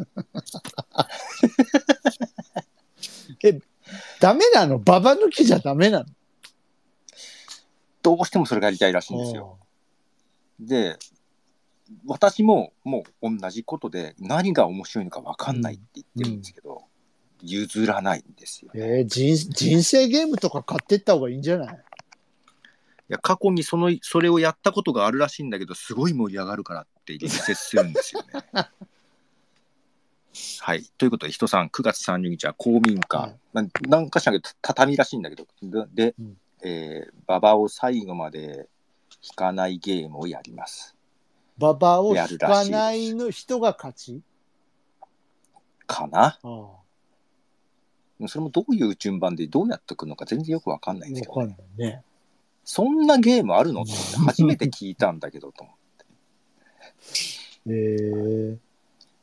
Speaker 2: ダメなのババ抜きじゃダメなの
Speaker 1: どうしてもそれがやりたいらしいんですよ。で、私ももう同じことで、何が面白いのか分かんないって言ってるんですけど、譲らないんですよ。
Speaker 2: うんえー人人生ゲームとか買ってった方がいいんじゃない
Speaker 1: いや過去にそのそれをやったことがあるらしいんだけどすごい盛り上がるからって力説するんですよね。 はい、ということで人さん9月30日は公民館、
Speaker 2: はい
Speaker 1: まあなんかしらんけど畳らしいんだけどで、で
Speaker 2: うん
Speaker 1: えー馬場を最後まで引かないゲームをやります。
Speaker 2: ババを
Speaker 1: や
Speaker 2: 引
Speaker 1: るら
Speaker 2: か
Speaker 1: しいです
Speaker 2: ないの人が勝ち
Speaker 1: かな
Speaker 2: ああ
Speaker 1: それもどういう順番でどうやってくるのか全然よくわかんないんですけど、
Speaker 2: わかんないね。
Speaker 1: そんなゲームあるのって初めて聞いたんだけどと思って
Speaker 2: えー、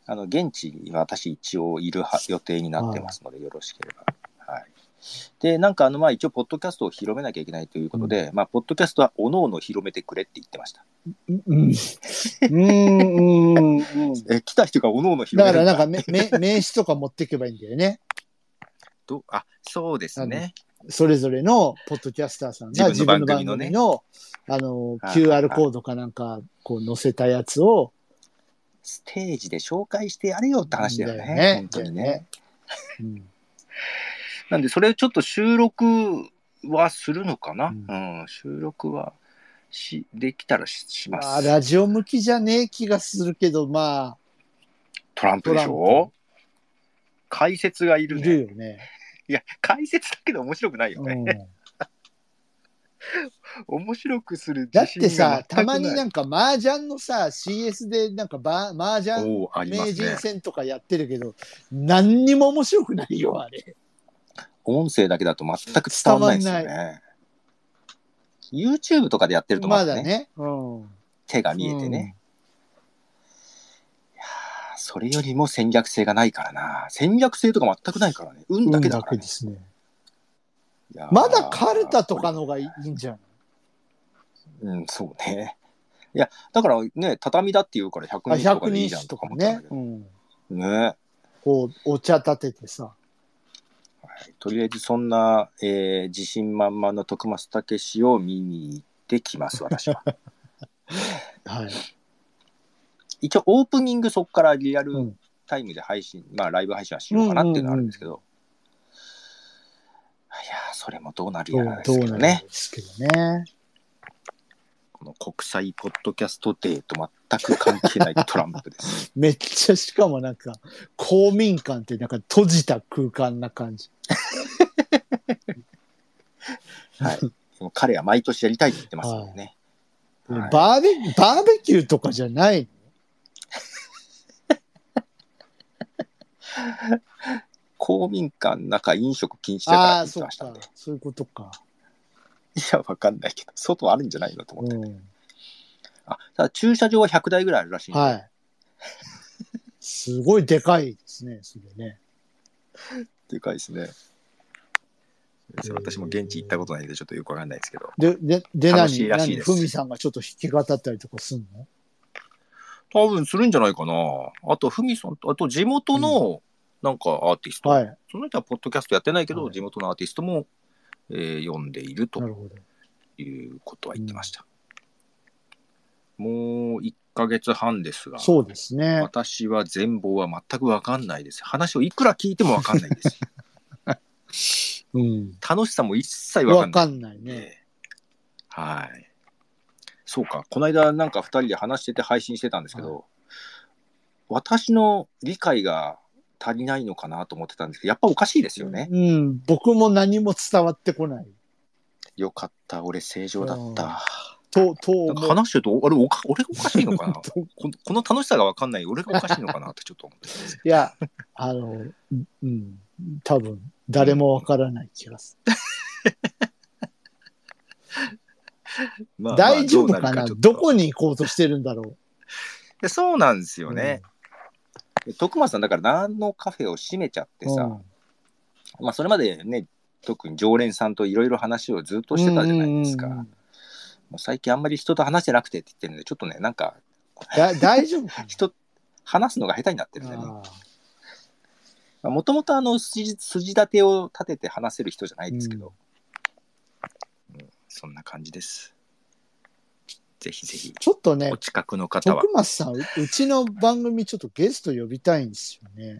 Speaker 1: あの現地に私一応いるは予定になってますので、よろしければ。はい、で、なんかあの、まあ一応、ポッドキャストを広めなきゃいけないということで、まあ、ポッドキャストはおのおの広めてくれって言ってました。
Speaker 2: うん、うん、うん、うん。
Speaker 1: え、来た人がおのおの
Speaker 2: だ
Speaker 1: 広
Speaker 2: か
Speaker 1: める
Speaker 2: ら
Speaker 1: ん
Speaker 2: なんかめ、め、名刺とか持っていけばいいんだよね。
Speaker 1: どあ、そうですね。
Speaker 2: それぞれのポッドキャスターさんが
Speaker 1: 自
Speaker 2: 自
Speaker 1: 分
Speaker 2: 分
Speaker 1: の番組の
Speaker 2: の番
Speaker 1: ね
Speaker 2: 組の、あの、
Speaker 1: はい
Speaker 2: QR コードかなんか、こう載せたやつを、
Speaker 1: ステージで紹介してやれよって話だよね。本当にね。
Speaker 2: うん
Speaker 1: なんで、それちょっと収録はするのかな、
Speaker 2: う
Speaker 1: うん、収録はし、できたらししま
Speaker 2: まあ、
Speaker 1: す。
Speaker 2: ラジオ向きじゃねえ気がするけど、ま
Speaker 1: トランプでしょ解説がい
Speaker 2: あ、
Speaker 1: る
Speaker 2: い
Speaker 1: ね。
Speaker 2: るよね。
Speaker 1: いや、解説だけど面白くないよ
Speaker 2: う
Speaker 1: ね。
Speaker 2: ん、
Speaker 1: 面白くする
Speaker 2: だっ
Speaker 1: 自信
Speaker 2: て
Speaker 1: が全くない。
Speaker 2: さ、たまになんか麻雀のさ、CS でなんかバ麻雀
Speaker 1: おーありま
Speaker 2: 名
Speaker 1: すね
Speaker 2: 人。戦とかやってるけど、何にも面白くないよ、あれ。
Speaker 1: 音声だけだと全く伝わらないですよ
Speaker 2: 伝
Speaker 1: ね。YouTube とかでやってるとま
Speaker 2: ま
Speaker 1: だね、
Speaker 2: だね。うん。
Speaker 1: 手が見えてね、それよりも戦略性がないからな。戦略性とか全くないからね。
Speaker 2: う
Speaker 1: 運
Speaker 2: ん。
Speaker 1: だ
Speaker 2: だ
Speaker 1: け
Speaker 2: け
Speaker 1: だ
Speaker 2: だ
Speaker 1: から、
Speaker 2: け
Speaker 1: ね
Speaker 2: で。すね。
Speaker 1: いやー
Speaker 2: まだカルタとかのがいいんじゃん。
Speaker 1: うん、そうね。いや、だからね、畳だって言うから
Speaker 2: あ、
Speaker 1: 100人と
Speaker 2: 百
Speaker 1: かでいいじ
Speaker 2: 人
Speaker 1: ゃん
Speaker 2: 誌
Speaker 1: と
Speaker 2: と
Speaker 1: か
Speaker 2: か
Speaker 1: 思ったんだ
Speaker 2: ね
Speaker 1: け。ど
Speaker 2: う。ん。
Speaker 1: ね。
Speaker 2: こう、お茶立ててさ。
Speaker 1: とりあえずそんな、えー自信満々の徳松武史を見に行ってきます、 私は。
Speaker 2: はい。
Speaker 1: 一応オープニングそこからリア
Speaker 2: う
Speaker 1: ル
Speaker 2: ん。
Speaker 1: タイムで配信、まあライブ配信はしようかなっていうのはあるんですけど。いやーそれもどうなる
Speaker 2: ど
Speaker 1: や
Speaker 2: う
Speaker 1: らで
Speaker 2: どう
Speaker 1: すけど
Speaker 2: なん
Speaker 1: ね。
Speaker 2: ですけどね。
Speaker 1: この国際ポッドキャストデーと全く関係ないトランプです。
Speaker 2: めっちゃしかもなんか、公民館ってなんか閉じた空間な感じ。
Speaker 1: もう彼は毎年やりたいって言ってますからね。はい
Speaker 2: バーベ、バーベキューとかじゃない。
Speaker 1: 公民館の中飲食禁止だからっ
Speaker 2: ああ、
Speaker 1: て言って
Speaker 2: そう
Speaker 1: ましたん
Speaker 2: か
Speaker 1: で。。
Speaker 2: そういうことか。
Speaker 1: いや、わかんないけど、外あるんじゃないのと思って。
Speaker 2: うん。
Speaker 1: あ、ただ駐車場は100台ぐらいあるらしいんで、
Speaker 2: はい。すごいでかいですね、それね。
Speaker 1: でかいですね。
Speaker 2: ー
Speaker 1: 私も現地行ったことないんで、ちょっとよくわかんないですけど。
Speaker 2: で、で、で
Speaker 1: 楽しい
Speaker 2: 何、
Speaker 1: らしい
Speaker 2: 何、
Speaker 1: です
Speaker 2: ふみさんがちょっと弾き語ったりとかすんの
Speaker 1: 多分するんじゃないかな。あと、ふみさんと、あと地元の、なんかアーティスト、
Speaker 2: はい。
Speaker 1: その人はポッドキャストやってないけど、
Speaker 2: はい
Speaker 1: 地元のアーティストも、えー読んでいると
Speaker 2: なるほど。
Speaker 1: いうことは言ってました。もう1ヶ月半ですが、
Speaker 2: そうですね。
Speaker 1: 私は全貌は全くわかんないです。話をいくら聞いてもわかんない です。
Speaker 2: うん。
Speaker 1: 楽しさも一切わか
Speaker 2: わ
Speaker 1: んない
Speaker 2: かんないね。
Speaker 1: はい。そうか、この間なんか2人で話してて配信してたんですけど、私の理解が足りないのかなと思ってたんですけど、やっぱおかしいですよね。
Speaker 2: うん。僕も何も伝わってこない。
Speaker 1: よかった、俺正常だった。
Speaker 2: と、と
Speaker 1: なんか
Speaker 2: 思う。
Speaker 1: 話してると、あれおか、俺がおかしいの かな
Speaker 2: と
Speaker 1: このこの楽しさがわかんない、俺がおかしいのかなってちょっと思ってたんですけ
Speaker 2: いや、あの、うん、多分、誰もわからない気がす
Speaker 1: ど ま
Speaker 2: る。
Speaker 1: あ
Speaker 2: 大丈夫か
Speaker 1: まあ
Speaker 2: な
Speaker 1: うるちょっと
Speaker 2: どこに行こうとしてるんだろ
Speaker 1: いやそうなんですよ
Speaker 2: う。
Speaker 1: ね。徳間さん、だから、何のカフェを閉めちゃって
Speaker 2: うん、
Speaker 1: さ、まあ、それまでね、特に常連さんといろいろ話をずっとしてたじゃないですか。
Speaker 2: うんうんうん
Speaker 1: もう最近あんまり人と話してなくてって言ってるんで、ちょっとね、なんか、
Speaker 2: だ大丈夫 かな
Speaker 1: 人、話すのが下手になってるんだよね。
Speaker 2: ああ
Speaker 1: もともとあの筋、筋立てを立てて話せる人じゃないですけど、うんそんな感じです。ぜひぜひ、
Speaker 2: ちょっとね
Speaker 1: お、近くの方は
Speaker 2: 徳。松さん、ううちの番組ちょっとゲスト呼びたいんですよね。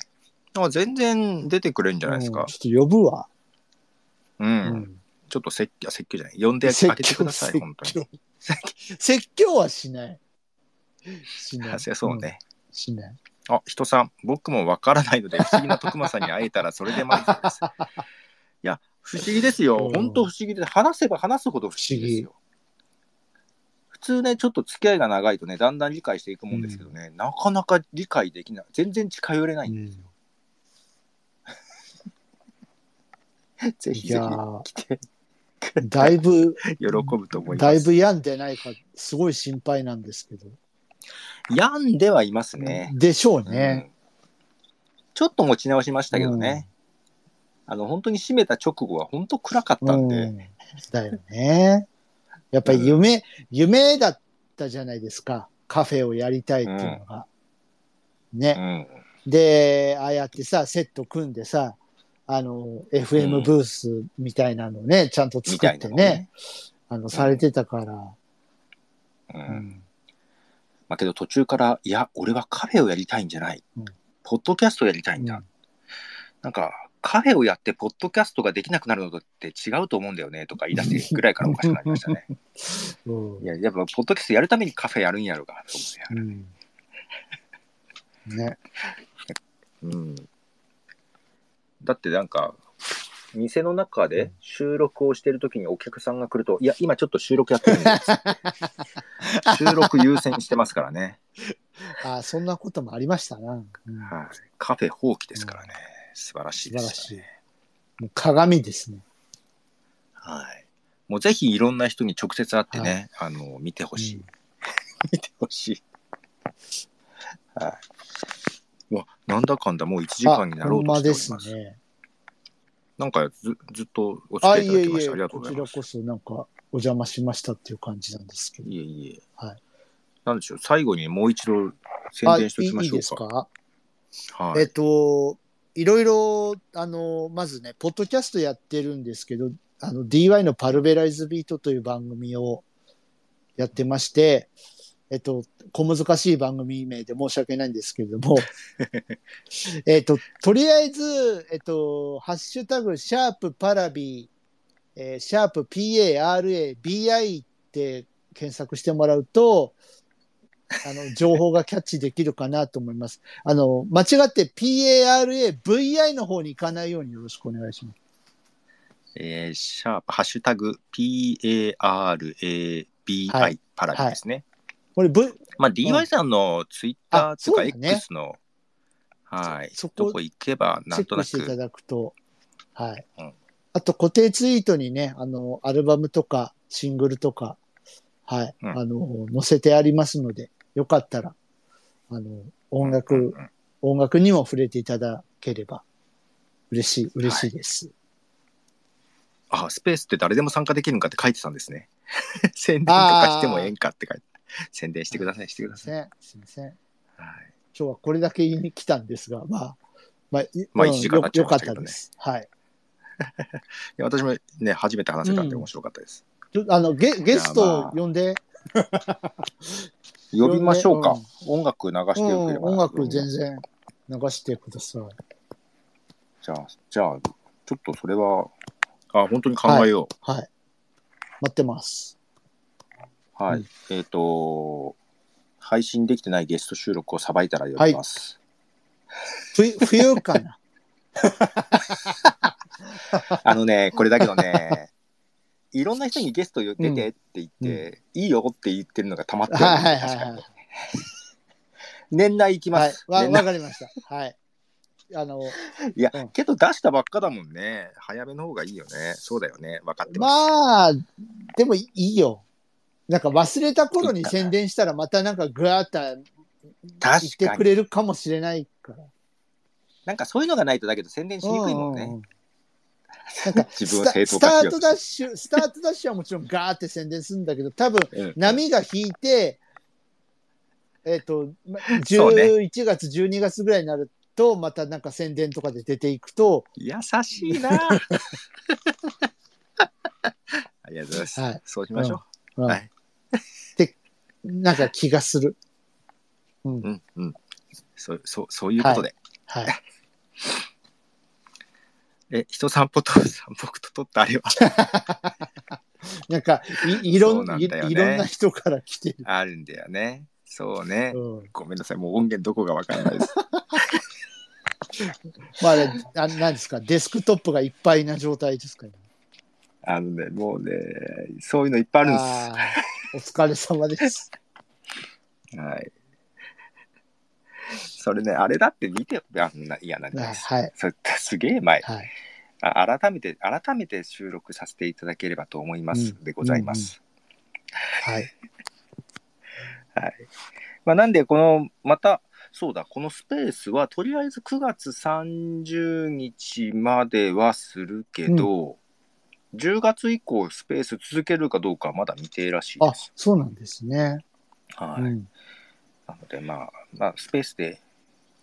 Speaker 1: あ全然出てくれるんじゃないです
Speaker 2: うん
Speaker 1: か。
Speaker 2: ちょっと呼ぶわ。
Speaker 1: うん。
Speaker 2: うん
Speaker 1: ちょっと説教、説教じゃない。呼んであげてください、
Speaker 2: 説
Speaker 1: 本当
Speaker 2: 教
Speaker 1: に。
Speaker 2: 説教はしない。しない。
Speaker 1: そうね。
Speaker 2: うんしない。
Speaker 1: あ、人さん、僕もわからないので、不思議な徳間さんに会えたらそれで満足 です。いや、不思議ですよ
Speaker 2: う。ん
Speaker 1: 本当不思議で、話せば話すほど不思議ですよ。普通ね、ちょっと付き合いが長いとね、だんだん理解していくもんですけどね、なかなか理解できない。全然近寄れないんで、
Speaker 2: うん
Speaker 1: ぜひ
Speaker 2: い
Speaker 1: ぜ
Speaker 2: や
Speaker 1: ひ
Speaker 2: ー
Speaker 1: 来て
Speaker 2: だいぶ、
Speaker 1: 喜ぶと思います。
Speaker 2: だいぶ病んでないか、すごい心配なんですけど。
Speaker 1: 病んではいますね。
Speaker 2: でしょうね。
Speaker 1: うんちょっと持ち直しましたけどね、あの本当に閉めた直後は本当暗かっ
Speaker 2: う
Speaker 1: た
Speaker 2: ん。
Speaker 1: んで、
Speaker 2: だよね。やっぱり夢、夢だったじゃないですか。カフェをやりたいっていうのが。
Speaker 1: う
Speaker 2: ね。
Speaker 1: ん
Speaker 2: で、ああやってさ、セット組んでさ、あの、FM ブースみたいなのね、ちゃんと
Speaker 1: み
Speaker 2: 作
Speaker 1: た
Speaker 2: っ
Speaker 1: い
Speaker 2: て
Speaker 1: な
Speaker 2: ね、
Speaker 1: のね。
Speaker 2: あの、されてたから。
Speaker 1: う
Speaker 2: うんん
Speaker 1: まあ、けど途中から、いや、俺はカフェをやりたいんじゃない。
Speaker 2: うん
Speaker 1: ポッドキャストをやりたいんだ。
Speaker 2: うん
Speaker 1: なんか、カフェをやって、ポッドキャストができなくなるのとって違うと思うんだよねとか言い出してぐらいからおかしくなりました ね。
Speaker 2: うん
Speaker 1: いや、やっぱ、ポッドキャストやるためにカフェやるんやろうかと思って。
Speaker 2: うんね。
Speaker 1: うんだってなんか店の中で収録をしてる時にお客さんが来ると「いや今ちょっと収録やってるん です」収録優先してますからね、
Speaker 2: あそんなこともありましたな。うん
Speaker 1: はい、カフェ放棄ですからね素晴らしい
Speaker 2: 素晴
Speaker 1: で
Speaker 2: ら
Speaker 1: す、ね、
Speaker 2: しい。もう鏡ですね。
Speaker 1: はい、もうぜひいろんな人に直接会ってね、あの見てほしい、
Speaker 2: うん
Speaker 1: 見てほしいはい、うわなんだかんだもう1時間になろうとしております
Speaker 2: あほんまですね。
Speaker 1: なんかずずっとお付き
Speaker 2: あ、
Speaker 1: 合いい
Speaker 2: い
Speaker 1: ただ
Speaker 2: え
Speaker 1: き
Speaker 2: い
Speaker 1: ましてあり
Speaker 2: え、
Speaker 1: がとう
Speaker 2: こ
Speaker 1: ござい
Speaker 2: ちら
Speaker 1: ます
Speaker 2: こそなんかお邪魔しましたっていう感じなんですけど。
Speaker 1: いえいえ。
Speaker 2: はい
Speaker 1: なんでしょう、最後にもう一度宣
Speaker 2: あ、い
Speaker 1: 伝しておきま
Speaker 2: いい
Speaker 1: し
Speaker 2: い
Speaker 1: ょ
Speaker 2: です
Speaker 1: うか。
Speaker 2: か、
Speaker 1: は
Speaker 2: えっ
Speaker 1: い。
Speaker 2: と、いろいろ、あの、まずね、ポッドキャストやってるんですけど、あの、DY のパルベライズビートという番組をやってまして、えっと、小難しい番組名で申し訳ないんですけれ ども、えっと、とりあえず、えっと、ハッシュタグ、シャープパラビー、えーシャープ PARABI って検索してもらうと、あの、情報がキャッチできるかなと思います。あの、間違って PARAVI の方に行かないようによろしくお願いします。
Speaker 1: えーシャープ、ハッシュタグ、PARABI、
Speaker 2: はい
Speaker 1: パラビですね。
Speaker 2: これ、v、
Speaker 1: まあ、DY さんのツイッターとか
Speaker 2: あそうだね
Speaker 1: X の、はい、
Speaker 2: そ
Speaker 1: そ
Speaker 2: こ
Speaker 1: こ行けば、な
Speaker 2: チェ
Speaker 1: ん
Speaker 2: ッ
Speaker 1: と
Speaker 2: ク
Speaker 1: な
Speaker 2: していた
Speaker 1: く、
Speaker 2: だくと、はい。
Speaker 1: うん
Speaker 2: あと、固定ツイートにね、あの、アルバムとか、シングルとか、はい、
Speaker 1: うん
Speaker 2: あの、載せてありますので、よかったら、あの、音楽、
Speaker 1: うんうん
Speaker 2: 音楽にも触れていただければ、嬉しい、嬉しいです。
Speaker 1: あ、スペースって誰でも参加できるんかって書いてたんですね。 宣伝とかしてもええんかって書いて、宣伝してください、してくだ
Speaker 2: す
Speaker 1: さ
Speaker 2: い
Speaker 1: い。
Speaker 2: ません、すいません。
Speaker 1: はい、
Speaker 2: 今日はこれだけ言いに来たんですが、まあ、まあ、い
Speaker 1: まあ
Speaker 2: うん
Speaker 1: 一時間になっちゃいましたけどね
Speaker 2: よよかったです。はい。
Speaker 1: いや私もね、初めて話せたんで
Speaker 2: うん
Speaker 1: 面白かったです。
Speaker 2: ちょあの、ゲゲストを呼んで、
Speaker 1: 呼びましょうか
Speaker 2: 呼ん。
Speaker 1: 音楽流してよければ、
Speaker 2: うん音楽全然流してください。
Speaker 1: じゃあ、じゃあ、ちょっとそれは、あ、本当に考えよ
Speaker 2: はい。待ってます。
Speaker 1: う。はい。
Speaker 2: うん
Speaker 1: えっ、と、配信できてないゲスト収録をさばいたらやります。
Speaker 2: 冬、冬かな
Speaker 1: あの ね、これだけどね、いろんな人にゲストよ出てって言って、いいよって言ってるのがたまってる、
Speaker 2: はいはいはい
Speaker 1: 確か
Speaker 2: は
Speaker 1: に年内行き
Speaker 2: い。
Speaker 1: ま
Speaker 2: はい
Speaker 1: す。。
Speaker 2: わ、
Speaker 1: 年
Speaker 2: わ
Speaker 1: 内
Speaker 2: かりました。はい。あの、
Speaker 1: いや
Speaker 2: うん、
Speaker 1: けど出したばっかだもんね。早めの方がいいよね。そうだよね。分かってます。
Speaker 2: まあ、でもいいよ。なんか忘れた頃に宣伝したらまたなんかぐわーっと言って
Speaker 1: 確か
Speaker 2: く
Speaker 1: に。
Speaker 2: れるかもしれないから。
Speaker 1: なんかそういうのがないとだけど宣伝しにくいもんね。
Speaker 2: ううう
Speaker 1: 自分を正当
Speaker 2: スタ
Speaker 1: 化し
Speaker 2: スター
Speaker 1: よ
Speaker 2: ト
Speaker 1: う
Speaker 2: ダッ
Speaker 1: とし
Speaker 2: シュ、スタートダッシュはもちろんガーって宣伝するんだけど、多分
Speaker 1: て。うん
Speaker 2: 波が引いて、えっ、と、ま
Speaker 1: そうね
Speaker 2: 11月、12月ぐらいになると、またなんか宣伝とかで出ていくと、
Speaker 1: 優しいな。 ありがとうございます。
Speaker 2: はい
Speaker 1: そうしましょ
Speaker 2: うん
Speaker 1: はい
Speaker 2: ってなんか気がする。うん
Speaker 1: う。うんうん。そうそうそういうことで。
Speaker 2: はい。
Speaker 1: え、人散歩と 散歩と撮ったあれは。
Speaker 2: なんか い、いろ
Speaker 1: そうんなん
Speaker 2: い
Speaker 1: だよね
Speaker 2: いろんな人から来てる。
Speaker 1: あるんだよね。そうね。
Speaker 2: うん、
Speaker 1: ごめんなさい。もう音源どこがわかんない です。
Speaker 2: まあ、あれあなんですか、デスクトップがいっぱいな状態ですから、
Speaker 1: あのね、もうね、そういうのいっぱいあるんで
Speaker 2: あーお疲れ 様で
Speaker 1: す。
Speaker 2: す。
Speaker 1: はい。それね、あれだって見てよ。あんな、いや、なん
Speaker 2: は
Speaker 1: か
Speaker 2: い、はい。
Speaker 1: それすげえ前。
Speaker 2: はい。
Speaker 1: あ改めて、改めて収録させていただければと思います
Speaker 2: うん
Speaker 1: でございます。
Speaker 2: はい。
Speaker 1: まあ、なんで、この、また、そうだ、このスペースは、とりあえず9月30日まではするけど、10月以降、スペース続けるかどうかはまだ未定らしい
Speaker 2: あ
Speaker 1: です。、
Speaker 2: そうなんですね。
Speaker 1: はい
Speaker 2: うん。
Speaker 1: なので、まあ、まあ、スペースで、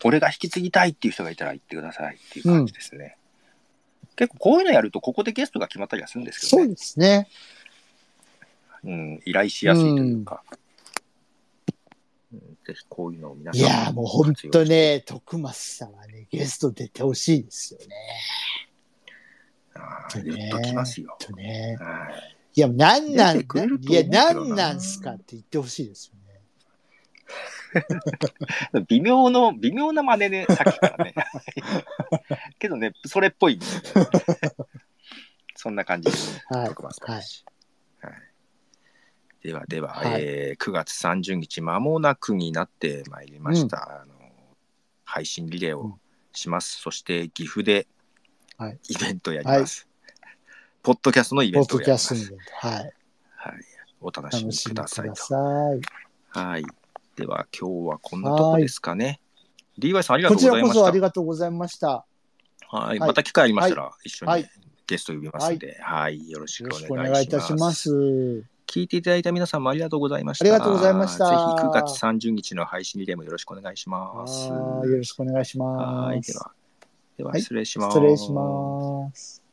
Speaker 1: 俺が引き継ぎたいっていう人がいたら言ってくださいっていう感じですね。結構こういうのやると、ここでゲストが決まったりはするんですけ
Speaker 2: そ
Speaker 1: ど
Speaker 2: う
Speaker 1: ね。
Speaker 2: ですね。
Speaker 1: うん、依頼しやすいというか。うんぜひこういうのを皆さ
Speaker 2: い
Speaker 1: ん
Speaker 2: やー、もう本当ね、徳松さんはね、ゲスト出てほしいですよね。
Speaker 1: あ
Speaker 2: 当
Speaker 1: ー
Speaker 2: ね
Speaker 1: 言っときますよ。
Speaker 2: 本当ね。
Speaker 1: はい
Speaker 2: いや、なんな
Speaker 1: 出
Speaker 2: ん
Speaker 1: てくれると
Speaker 2: い
Speaker 1: 思
Speaker 2: や、
Speaker 1: うけどな
Speaker 2: なんなんすかって言ってほしいですよね。
Speaker 1: 微妙の、微妙な真似で、さっき からね。けどね、それっぽいんですよね。そんな感じです。
Speaker 2: はい。
Speaker 1: 徳松
Speaker 2: はい
Speaker 1: 大使はいではでは、
Speaker 2: はい
Speaker 1: えー9月30日、まもなくになってまいりました。あの配信リレー
Speaker 2: う
Speaker 1: を
Speaker 2: ん
Speaker 1: します。そして、岐阜で
Speaker 2: はい
Speaker 1: イベントやります。ポッドキャストのイベ
Speaker 2: ポ
Speaker 1: ン
Speaker 2: ッ
Speaker 1: トを
Speaker 2: ド
Speaker 1: やりま
Speaker 2: キャスト
Speaker 1: す
Speaker 2: イ。ベント。はい。
Speaker 1: はい、お楽し
Speaker 2: 楽
Speaker 1: み
Speaker 2: し
Speaker 1: く
Speaker 2: み
Speaker 1: だ
Speaker 2: く
Speaker 1: さい
Speaker 2: だ
Speaker 1: と。
Speaker 2: さい。
Speaker 1: はい。では、今日はこんなとこですかね。DY さん、ありがと
Speaker 2: こ
Speaker 1: う
Speaker 2: ち
Speaker 1: ござ
Speaker 2: ら
Speaker 1: い
Speaker 2: こ
Speaker 1: ま
Speaker 2: そあり
Speaker 1: し
Speaker 2: がとうございました。
Speaker 1: た。はい。
Speaker 2: はい
Speaker 1: また機会ありましたら、一緒
Speaker 2: は
Speaker 1: に
Speaker 2: い
Speaker 1: ゲスト呼びますんで、はい。よろし
Speaker 2: よ
Speaker 1: く
Speaker 2: ろしく
Speaker 1: お
Speaker 2: お
Speaker 1: 願
Speaker 2: 願
Speaker 1: い
Speaker 2: い
Speaker 1: い
Speaker 2: い
Speaker 1: た
Speaker 2: た
Speaker 1: し
Speaker 2: し
Speaker 1: ま。
Speaker 2: ますす。
Speaker 1: 聞いていただいた皆さんもありがとうございました。
Speaker 2: ありがとうございました
Speaker 1: ぜひ9月30日の配信リレーもよろしくお願いします。
Speaker 2: はいよろしくお願いし
Speaker 1: は
Speaker 2: ま
Speaker 1: い。
Speaker 2: す
Speaker 1: で。は、では
Speaker 2: はい
Speaker 1: 失礼します。
Speaker 2: 失礼します。